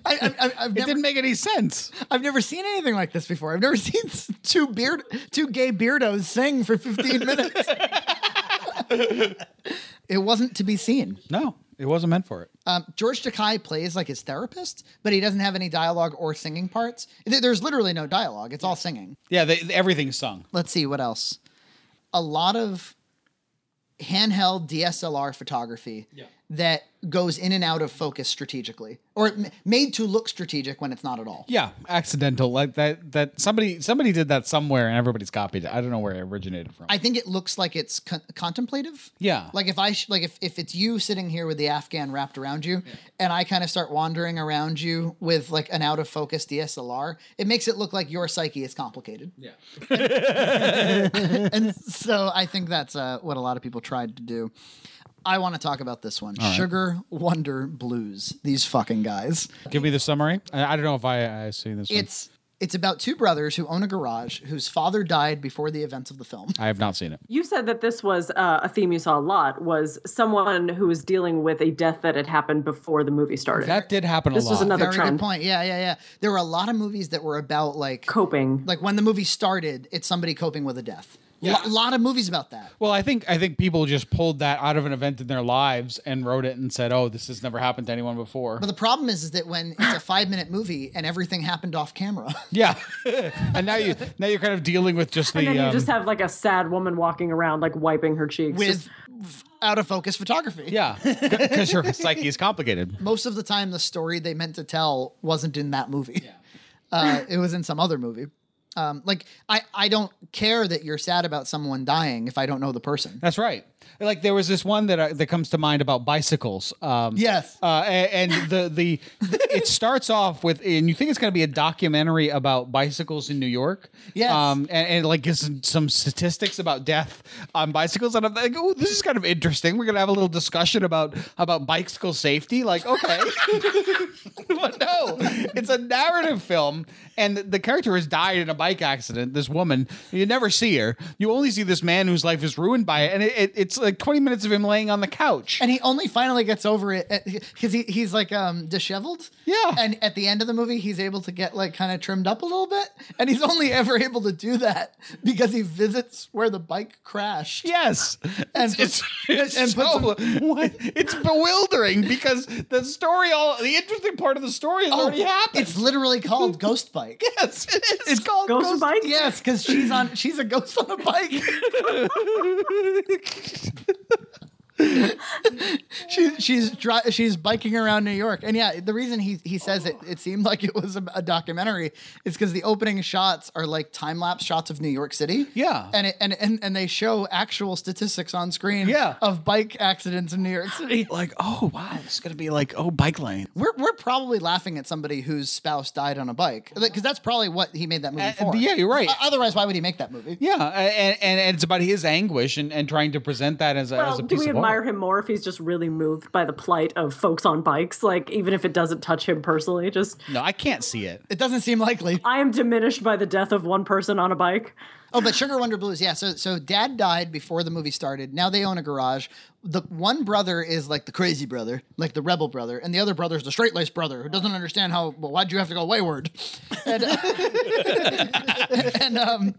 S1: I, I, I, I've,
S3: It
S1: never,
S3: didn't make any sense.
S1: I've never seen anything like this before. I've never *laughs* seen s- two beard, two gay beardos sing for 15 minutes. *laughs* it wasn't to be seen.
S3: No, it wasn't meant for it.
S1: Um, George Takai plays like his therapist, but he doesn't have any dialogue or singing parts. Th- There's literally no dialogue. It's all singing.
S3: Yeah, they, everything's sung.
S1: Let's see what else. A lot of handheld DSLR photography that goes in and out of focus strategically, or m- made to look strategic when it's not at all.
S3: Yeah, accidental like that. That somebody somebody did that somewhere, and everybody's copied it. I don't know where it originated from.
S1: I think it looks like it's con- contemplative.
S3: Yeah.
S1: Like if I sh- like if if it's you sitting here with the Afghan wrapped around you, and I kind of start wandering around you with like an out of focus DSLR, it makes it look like your psyche is complicated. Yeah. *laughs* and so I think that's uh, what a lot of people tried to do. I want to talk about this one, Sugar Wonder Blues. These fucking guys.
S3: Give me the summary. I, I don't know if I I seen this. one.
S1: It's it's about two brothers who own a garage whose father died before the events of the film.
S3: I have not seen it.
S2: You said that this was uh, a theme you saw a lot was someone who was dealing with a death that had happened before the movie started.
S3: That did happen
S2: This
S3: a
S2: was
S3: lot.
S2: another-
S1: Very
S2: trend.
S1: good point. Yeah, yeah, yeah. There were a lot of movies that were about like
S2: coping.
S1: like when the movie started, it's somebody coping with a death. A lot of movies about that.
S3: well, I think I think people just pulled that out of an event in their lives and wrote it and said, "Oh, this has never happened to anyone before."
S1: But the problem is, is that when it's a five minute movie and everything happened off camera, *laughs*
S3: yeah, *laughs* and now you now you're kind of dealing with just the
S2: and then you
S3: um,
S2: just have like a sad woman walking around, like wiping her cheeks.
S1: with f- out of focus photography.
S2: *laughs*
S3: yeah because your psyche is complicated.
S1: Most of the time, the story they meant to tell wasn't in that movie. *laughs* Uh, it was in some other movie. Um, like I, I don't care that you're sad about someone dying if I don't know the person.
S3: That's right. Like there was this one that I, that comes to mind about bicycles. Um,
S1: Yes.
S3: uh, a- and, the, the it starts off with, and you think it's going to be a documentary about bicycles in New York.
S1: Yes.
S3: Um, and, and like gives some, some statistics about death on bicycles, and I'm like, oh, this is kind of interesting. We're going to have a little discussion about about bicycle safety. Like, okay. *laughs* but no, it's a narrative film, and the character has died in a bike accident. This woman, you never see her. You only see this man whose life is ruined by it, and it, it, it's like twenty minutes of him laying on the couch.
S1: And he only finally gets over it because he, he's like um, disheveled.
S3: Yeah.
S1: And at the end of the movie, he's able to get like kind of trimmed up a little bit. And he's only ever able to do that because he visits where the bike crashed.
S3: *laughs* yes,
S1: And
S3: it's,
S1: puts-
S3: it's,
S1: and puts
S3: so- it's bewildering because the story, all the interesting part of the story has already happened. *laughs*
S1: It's literally called Ghost Bike.
S3: yes, it is. It's called
S2: Ghost Bike?
S1: Yes, because she's on. She's a ghost on a bike. *laughs* she, she's dri- she's biking around New York, and yeah, the reason he he says it it seemed like it was a, a documentary is because the opening shots are like time lapse shots of New York City.
S3: Yeah.
S1: and it, and and and they show actual statistics on screen.
S3: Yeah.
S1: of bike accidents in New York City.
S3: Like, oh wow, it's gonna be like, oh, bike lane.
S1: We're we're probably laughing at somebody whose spouse died on a bike because that's probably what he made that movie
S3: Uh,
S1: for.
S3: yeah, you're right.
S1: O- Otherwise, why would he make that movie?
S3: Yeah, a- and, and, and it's about his anguish and, and trying to present that as a,
S2: well,
S3: as a
S2: do
S3: piece
S2: we
S3: of
S2: admire
S3: art.
S2: him more if he's just really moved by the plight of folks on bikes? Like, even if it doesn't touch him personally, just
S3: No, I can't see it.
S1: It doesn't seem likely.
S2: I am diminished by the death of one person on a bike.
S1: Oh, but Sugar Wonder Blues, yeah. So so dad died before the movie started. Now they own a garage. The one brother is like the crazy brother, like the rebel brother, and the other brother is the straight laced brother who doesn't understand how well, why'd you have to go wayward? *laughs* And, uh, *laughs* and um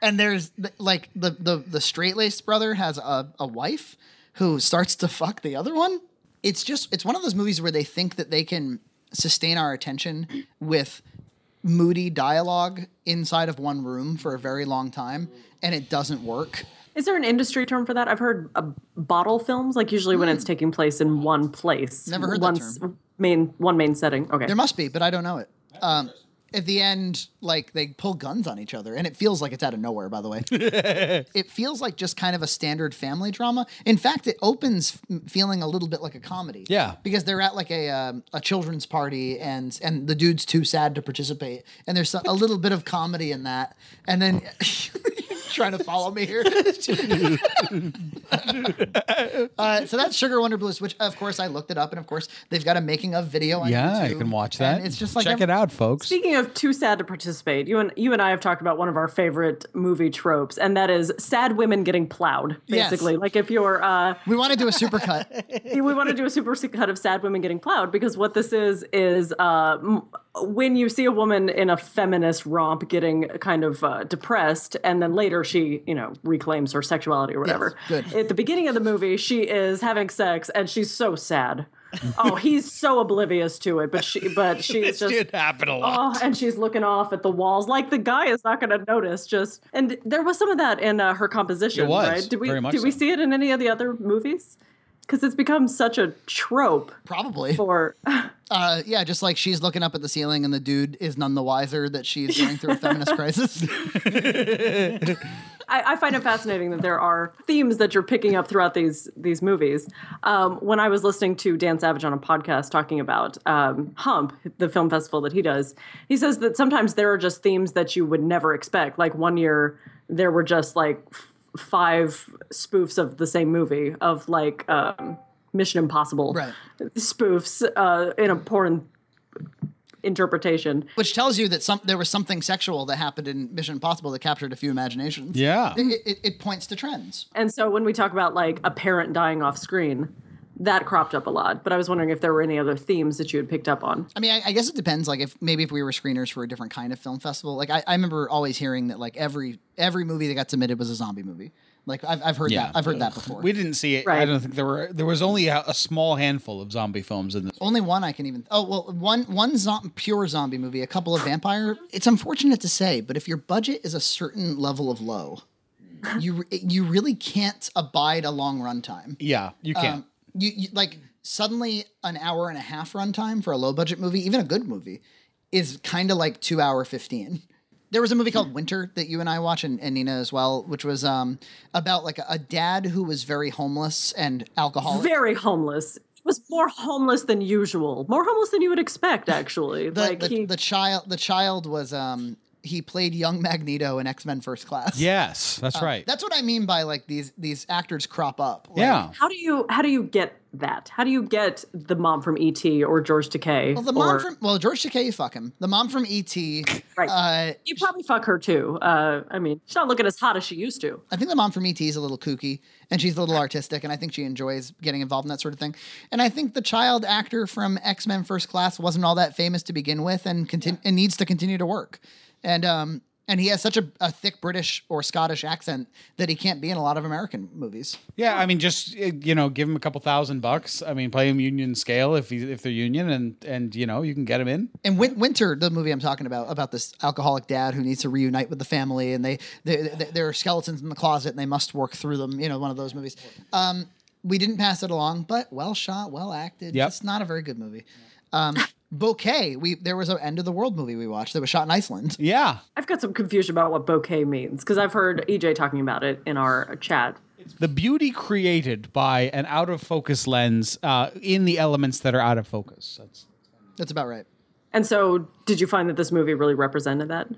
S1: and there's th- like the the, the straight laced brother has a, a wife who starts to fuck the other one. It's just it's one of those movies where they think that they can sustain our attention with moody dialogue inside of one room for a very long time and it doesn't work.
S2: Is there an industry term for that? I've heard uh, bottle films, like usually when it's taking place in one place.
S1: Hmm. Never heard that
S2: one
S1: term.
S2: s- Main one main setting. Okay.
S1: There must be, but I don't know it. Um, at the end, like they pull guns on each other, and it feels like it's out of nowhere. By the way, it feels like just kind of a standard family drama. In fact, it opens f- feeling a little bit like a comedy.
S3: Yeah.
S1: because they're at like a um, a children's party, and and the dude's too sad to participate, and there's a little bit of comedy in that, and then. *laughs* trying to follow me here. uh, so that's Sugar Wonder Bliss, which of course I looked it up, and of course they've got a making of video. On
S3: yeah, you
S1: YouTube,
S3: can watch
S1: and
S3: that.
S1: it's just like
S3: check it out, folks.
S2: Speaking of too sad to participate, you and you and I have talked about one of our favorite movie tropes, and that is sad women getting plowed.
S1: Yes.
S2: Basically, like if you're, uh,
S1: We want to do a
S3: *laughs*
S1: supercut.
S2: *laughs* we want to do a super cut of sad women getting plowed because what this is is uh, m- when you see a woman in a feminist romp getting kind of uh, depressed, and then later she, you know, reclaims her sexuality or whatever.
S1: Yes, good.
S2: At the beginning of the movie, she is having sex, and she's
S1: *laughs*
S2: so sad. oh, he's so oblivious to it, but she, but she's just
S6: did happen a lot.
S2: Oh, and she's looking off at the walls like the guy is not going to notice. Just and there was some of that in uh, her composition,
S3: It was,
S2: right? Did we
S3: very much
S2: did we
S3: so.
S2: see it in any of the other movies? Because it's become such a trope
S1: Probably.
S2: for
S1: Uh, yeah, just like she's looking up at the ceiling and the dude is none the wiser that she's going through a
S3: *laughs*
S1: feminist crisis.
S2: I, I find it fascinating that there are themes that you're picking up throughout these these movies. Um, when I was listening to Dan Savage on a podcast talking about um, Hump, the film festival that he does, he says that sometimes there are just themes that you would never expect. Like one year, there were just like f- five spoofs of the same movie of like um, Mission Impossible
S1: Right.
S2: spoofs uh, in a porn interpretation.
S1: Which tells you that some there was something sexual that happened in Mission Impossible that captured a few imaginations.
S3: Yeah.
S1: It, it, it points to trends.
S2: And so when we talk about like a parent dying off screen, that cropped up a lot. But I was wondering if there were any other themes that you had picked up on.
S1: I mean, I, I guess it depends. Like, if maybe if we were screeners for a different kind of film festival, like I, I remember always hearing that like every every movie that got submitted was a zombie movie. Like I've, I've heard
S3: Yeah.
S1: that I've heard that before.
S3: We didn't see it. I
S2: Right.
S3: don't think there were. There was only a, a small handful of zombie films in this.
S1: Only one I can even. Oh well, one one zo- pure zombie movie, a couple of vampire. It's unfortunate to say, but if your budget is a certain level of low, you you really can't abide a long runtime.
S3: Yeah, you can't.
S1: Um, you, you like suddenly an hour and a half runtime for a low budget movie, even a good movie, is kind of like two hour fifteen. There was a movie called Winter that you and I watch, and, and Nina as well, which was um, about like a, a dad who was very homeless and alcoholic.
S2: Very homeless. It was more homeless than usual. More homeless than you would expect, actually.
S1: the,
S2: like
S1: the,
S2: he
S1: the child the child was um he played young magneto in x-men first class
S2: Oh,
S3: yes, that's right.
S1: that's what i mean by like these these actors crop up Like,
S3: yeah,
S2: how do you how do you get that? How do you get the mom from ET or George Takei?
S1: well the mom
S2: or-
S1: from well george takei you fuck him the mom from E et
S2: Right.
S1: uh
S2: you probably fuck her too. Uh, I mean, she's not looking as hot as she used to.
S1: I think the mom from ET is a little kooky and she's a little artistic, and I think she enjoys getting involved in that sort of thing. And I think the child actor from X Men First Class wasn't all that famous to begin with, and contin- and needs to continue to work. And um and he has such a, a thick British or Scottish accent that he can't be in a lot of American movies.
S3: yeah. I mean, just uh, you know, give him a couple thousand bucks. I mean, play him union scale if he if they're union, and and you know, you can get him in.
S1: And Win- Winter, the movie I'm talking about, about this alcoholic dad who needs to reunite with the family, and they, they, they there are skeletons in the closet, and they must work through them. You know, one of those movies. Um, we didn't pass it along, but well shot, well acted.
S3: Yep.
S1: Just not a very good movie. Um, Bouquet, we there was an end of the world movie we watched that was shot in Iceland.
S3: Yeah,
S2: I've got some confusion about what bouquet means because I've heard EJ talking about it in our chat.
S3: the beauty created by an out of focus lens uh, in the elements that are out of focus. That's
S1: That's about right.
S2: And so, did you find that this movie really represented that?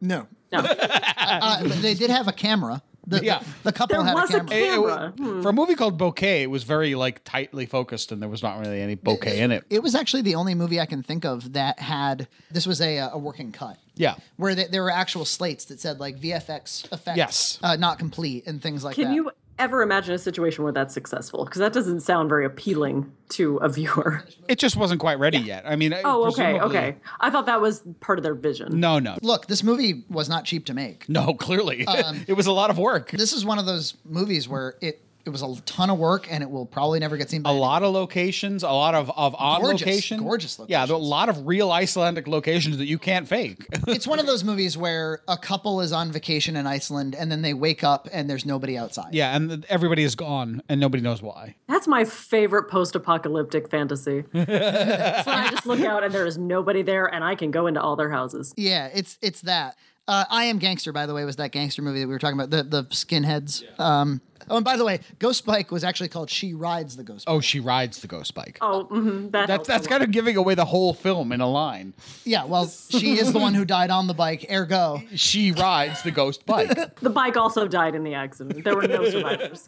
S1: No, *laughs*
S2: No,
S1: uh, but they did have a camera. The,
S3: Yeah.
S1: the, couple
S2: there
S1: had
S2: was
S1: a
S2: a
S1: camera.
S3: It- it was-
S2: camera. Hmm.
S3: for a movie called Bouquet. It was very like tightly focused, and there was not really any bouquet in it.
S1: it was actually the only movie I can think of that had this was a a working cut.
S3: Yeah.
S1: where they, there were actual slates that said like VFX effects,
S3: Yes.
S1: uh, not complete, and things like
S2: Can
S1: that.
S2: you ever imagine a situation where that's successful? Because that doesn't sound very appealing to a viewer.
S3: It just wasn't quite ready yet. I mean, I-
S2: Oh, okay,
S3: presumably-
S2: okay. I thought that was part of their vision.
S3: No, no,
S1: Look, this movie was not cheap to make.
S3: no. Clearly,
S2: Um,
S3: *laughs* it was a lot of work.
S1: This is one of those movies where it it was a ton of work, and it will probably never get seen. By
S3: A lot of locations, a lot of of on
S1: Gorgeous,
S3: location,
S1: gorgeous
S3: Yeah, there are a
S1: locations.
S3: lot of real Icelandic locations that you can't
S1: *laughs*
S3: fake.
S1: It's one of those movies where a couple is on vacation in Iceland, and then they wake up and there's nobody outside.
S3: yeah, and th- everybody is gone, and nobody knows why.
S2: That's my favorite post-apocalyptic fantasy. That's when I just look out and there is nobody there, and I can go into all their houses.
S1: Yeah, it's it's that. Uh, I am gangster, by the way, was that gangster movie that we were talking about? The the skinheads. Um, Oh, and by the way, Ghost Bike was actually called She Rides the Ghost Bike.
S3: Oh, she rides the ghost bike.
S2: Oh, mhm, that
S3: That's
S2: helps a
S3: that's
S2: lot.
S3: kind of giving away the whole film in a line.
S1: Yeah, well, she is the one who died on the bike, ergo.
S3: She rides
S2: *laughs*
S3: the ghost bike.
S2: The bike also died in the accident. There were no survivors.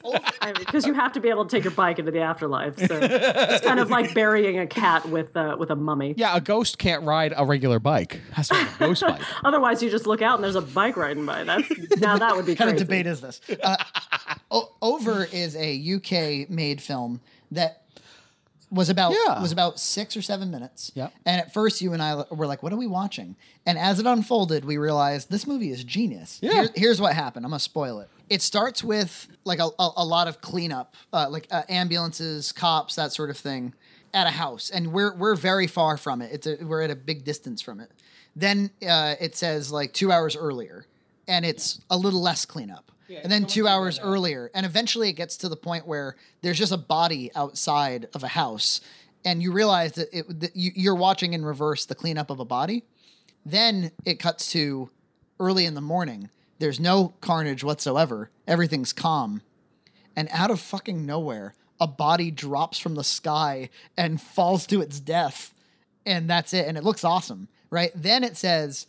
S2: Because you have to be able to take your bike into the afterlife. So it's kind of like burying a cat with uh, with a mummy.
S3: Yeah, a ghost can't ride a regular bike. Has to ride a ghost bike.
S2: Otherwise, you just look out and there's a bike riding by. That's now that would be
S1: kind
S2: crazy.
S1: of debate is this?
S3: *laughs*
S1: Uh, O- Over is a UK made film that was about
S3: Yeah.
S1: was about six or seven minutes.
S3: Yep.
S1: And at first, you and I were like, "What are we watching?" And as it unfolded, we realized this movie is genius.
S3: Yeah.
S1: here's what happened. I'm gonna spoil it. It starts with like a, a, a lot of cleanup, uh, like uh, ambulances, cops, that sort of thing, at a house, and we're we're very far from it. It's a, we're at a big distance from it. Then uh, it says like two hours earlier, and it's a little less cleanup. and then two hours earlier, and eventually it gets to the point where there's just a body outside of a house, and you realize that, it, that you, you're watching in reverse the cleanup of a body. Then it cuts to early in the morning. There's no carnage whatsoever. Everything's calm. And out of fucking nowhere, a body drops from the sky and *laughs* falls to its death. And that's it. And it looks awesome, right? Then it says,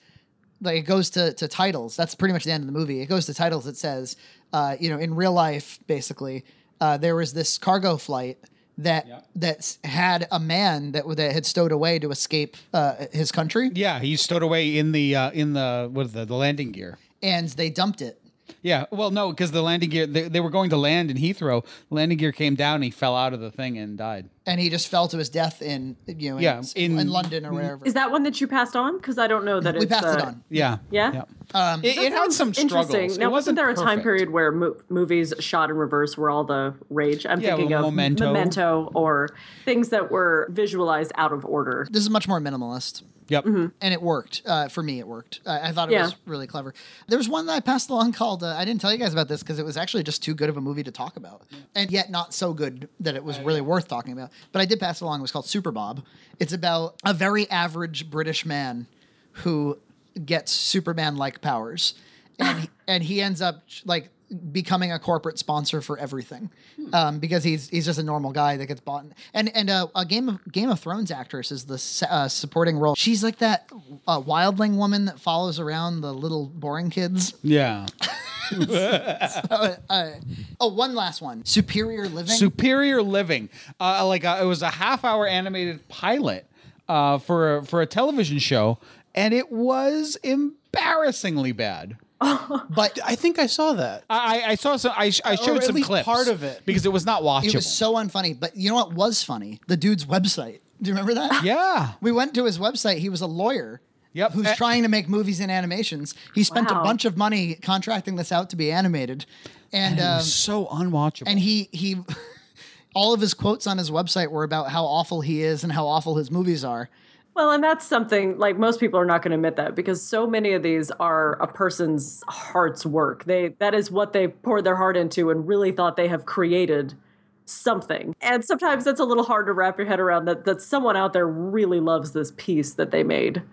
S1: like, it goes to, to titles. That's pretty much the end of the movie. It goes to titles. It says, uh, you know, in real life, basically, uh, there was this cargo flight that that's had a man that that had stowed away to escape uh, his country,
S3: Yeah, he stowed away in the uh, in the what is the the landing gear.
S1: and they dumped it.
S3: Yeah, well, no, because the landing gear they, they were going to land in Heathrow. The landing gear came down. He fell out of the thing and died.
S1: and he just fell to his death in you know in,
S3: Yeah,
S1: in,
S3: in-
S1: London or wherever.
S2: Is that one that you passed on? Because I don't know that
S1: we
S2: it's.
S1: passed it
S2: uh,
S1: on.
S3: Yeah,
S2: Yeah?
S3: Um, it, it had some struggles.
S2: Interesting.
S3: It
S2: Now, wasn't
S3: wasn't
S2: there a time
S3: perfect.
S2: period where mo- movies shot in reverse were all the rage? I'm
S3: Yeah,
S2: thinking
S3: well,
S2: of
S3: Memento.
S2: Memento or things that were visualized out of order.
S1: This is much more minimalist,
S3: Yep.
S1: and it worked uh, for me. It worked. I, I thought it
S2: Yeah.
S1: was really clever. There was one that I passed along called uh, I didn't tell you guys about this because it was actually just too good of a movie to talk about, and yet not so good that it was really worth talking about. But I did pass it along. It was called Super Bob. It's about a very average British man who gets Superman like powers, and he, and he ends up like becoming a corporate sponsor for everything um, because he's he's just a normal guy that gets bought. in- And and uh, a Game of Game of Thrones actress is the s- uh, supporting role. She's like that uh, wildling woman that follows around the little boring kids.
S3: Yeah,
S1: Oh, one last one. Superior Living.
S3: Superior Living, uh, like uh it was a half-hour animated pilot uh, for a, for a television show, and it was embarrassingly bad.
S4: But I think I saw that.
S3: I, I- I saw some. I, sh- I showed
S4: at
S3: some
S4: least
S3: clips.
S4: part of it.
S3: because it was not watchable.
S1: it was so unfunny, but you know what was funny? The dude's website. Do you remember that?
S3: yeah,
S1: We went to his website. He was a lawyer.
S3: Yep.
S1: Who's
S3: Eh.
S1: trying to make movies and animations. He spent a
S2: Wow.
S1: bunch of money contracting this out to be animated. And,
S3: it
S1: um,
S3: was so unwatchable.
S1: and he he *laughs* all of his quotes on his website were about how awful he is and how awful his movies are.
S2: Well, and that's something like most people are not going to admit that because so many of these are a person's heart's work. They that is what they poured their heart into and really thought they have created something. And sometimes that's a little hard to wrap your head around that that someone out there really loves this piece that they made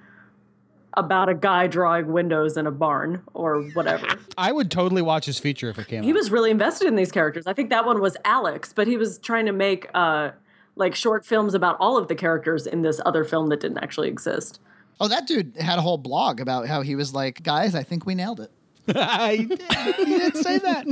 S2: about a guy drawing windows in a barn or whatever.
S3: I would totally watch his feature if it came.
S2: he
S3: out.
S2: was really invested in these characters. I think that one was Alex, but he was trying to make uh like short films about all of the characters in this other film that didn't actually exist.
S1: Oh, that dude had a whole blog about how he was like, guys, I think we nailed it. *laughs*
S3: *laughs* I did, he did say that.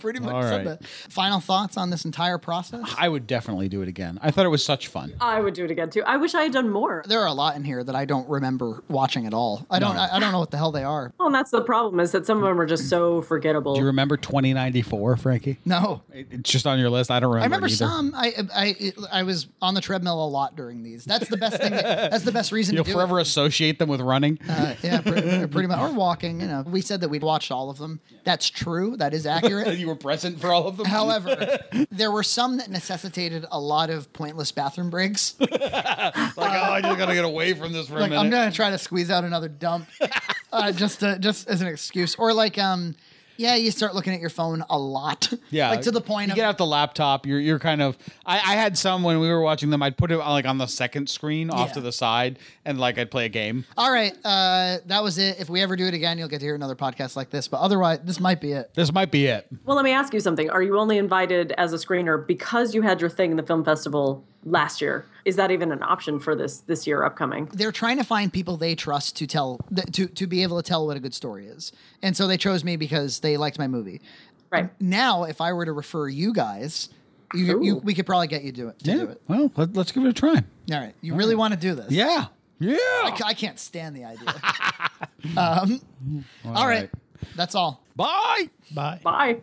S1: Pretty much
S3: All
S1: said
S3: right.
S1: that. Final thoughts on this entire process?
S3: I would definitely do it again. I thought it was such fun.
S2: I would do it again too. I wish I had done more.
S1: There are a lot in here that I don't remember watching at all. I don't. I, I don't know what the hell they are.
S2: Well, and that's the problem is that some of them are just so forgettable.
S3: Do you remember 2094, Frankie?
S1: No,
S3: It- It's just on your list. I don't remember.
S1: I remember
S3: it either.
S1: some. I, I I was on the treadmill a lot during these. That's the best thing.
S3: *laughs*
S1: That, that's the best reason
S3: You'll
S1: to do
S3: forever
S1: it.
S3: associate them with running.
S1: Uh, yeah, pretty, pretty much. Or walking. You know, we said that we'd watched all of them. That's true. That is accurate.
S3: *laughs* *laughs* you were present for all of them. *laughs*
S1: However, there were some that necessitated a lot of pointless bathroom breaks. Like,
S3: like, oh,
S1: uh,
S3: I just gotta get away from this for a minute. *laughs*
S1: uh, I'm gonna try to squeeze out another dump, uh, just to, just as an excuse, or like um, Yeah, you start looking at your phone a lot.
S3: Yeah,
S1: like to the point
S3: you
S1: of
S3: get out the laptop. You're you're kind of. I, I had some when we were watching them. I'd put it on, like on the second screen off
S1: Yeah.
S3: to the side, and like I'd play a game.
S1: All right, uh, that was it. If we ever do it again, you'll get to hear another podcast like this. But otherwise, this might be it.
S3: This might be it.
S2: Well, let me ask you something. Are you only invited as a screener because you had your thing in the film festival last year? Is that even an option for this this year upcoming?
S1: They're trying to find people they trust to tell th- to to be able to tell what a good story is, and so they chose me because they liked my movie.
S2: Right.
S1: Mm, Now, if I were to refer you guys, you, you we could probably get you do it, to do it.
S3: Well, let, us give it a try.
S1: All right, you really want to do this?
S3: Yeah. Yeah.
S1: I, ca- I can't stand the idea. um, *laughs* all right.
S3: right.
S1: that's all.
S3: Bye.
S4: Bye.
S2: Bye.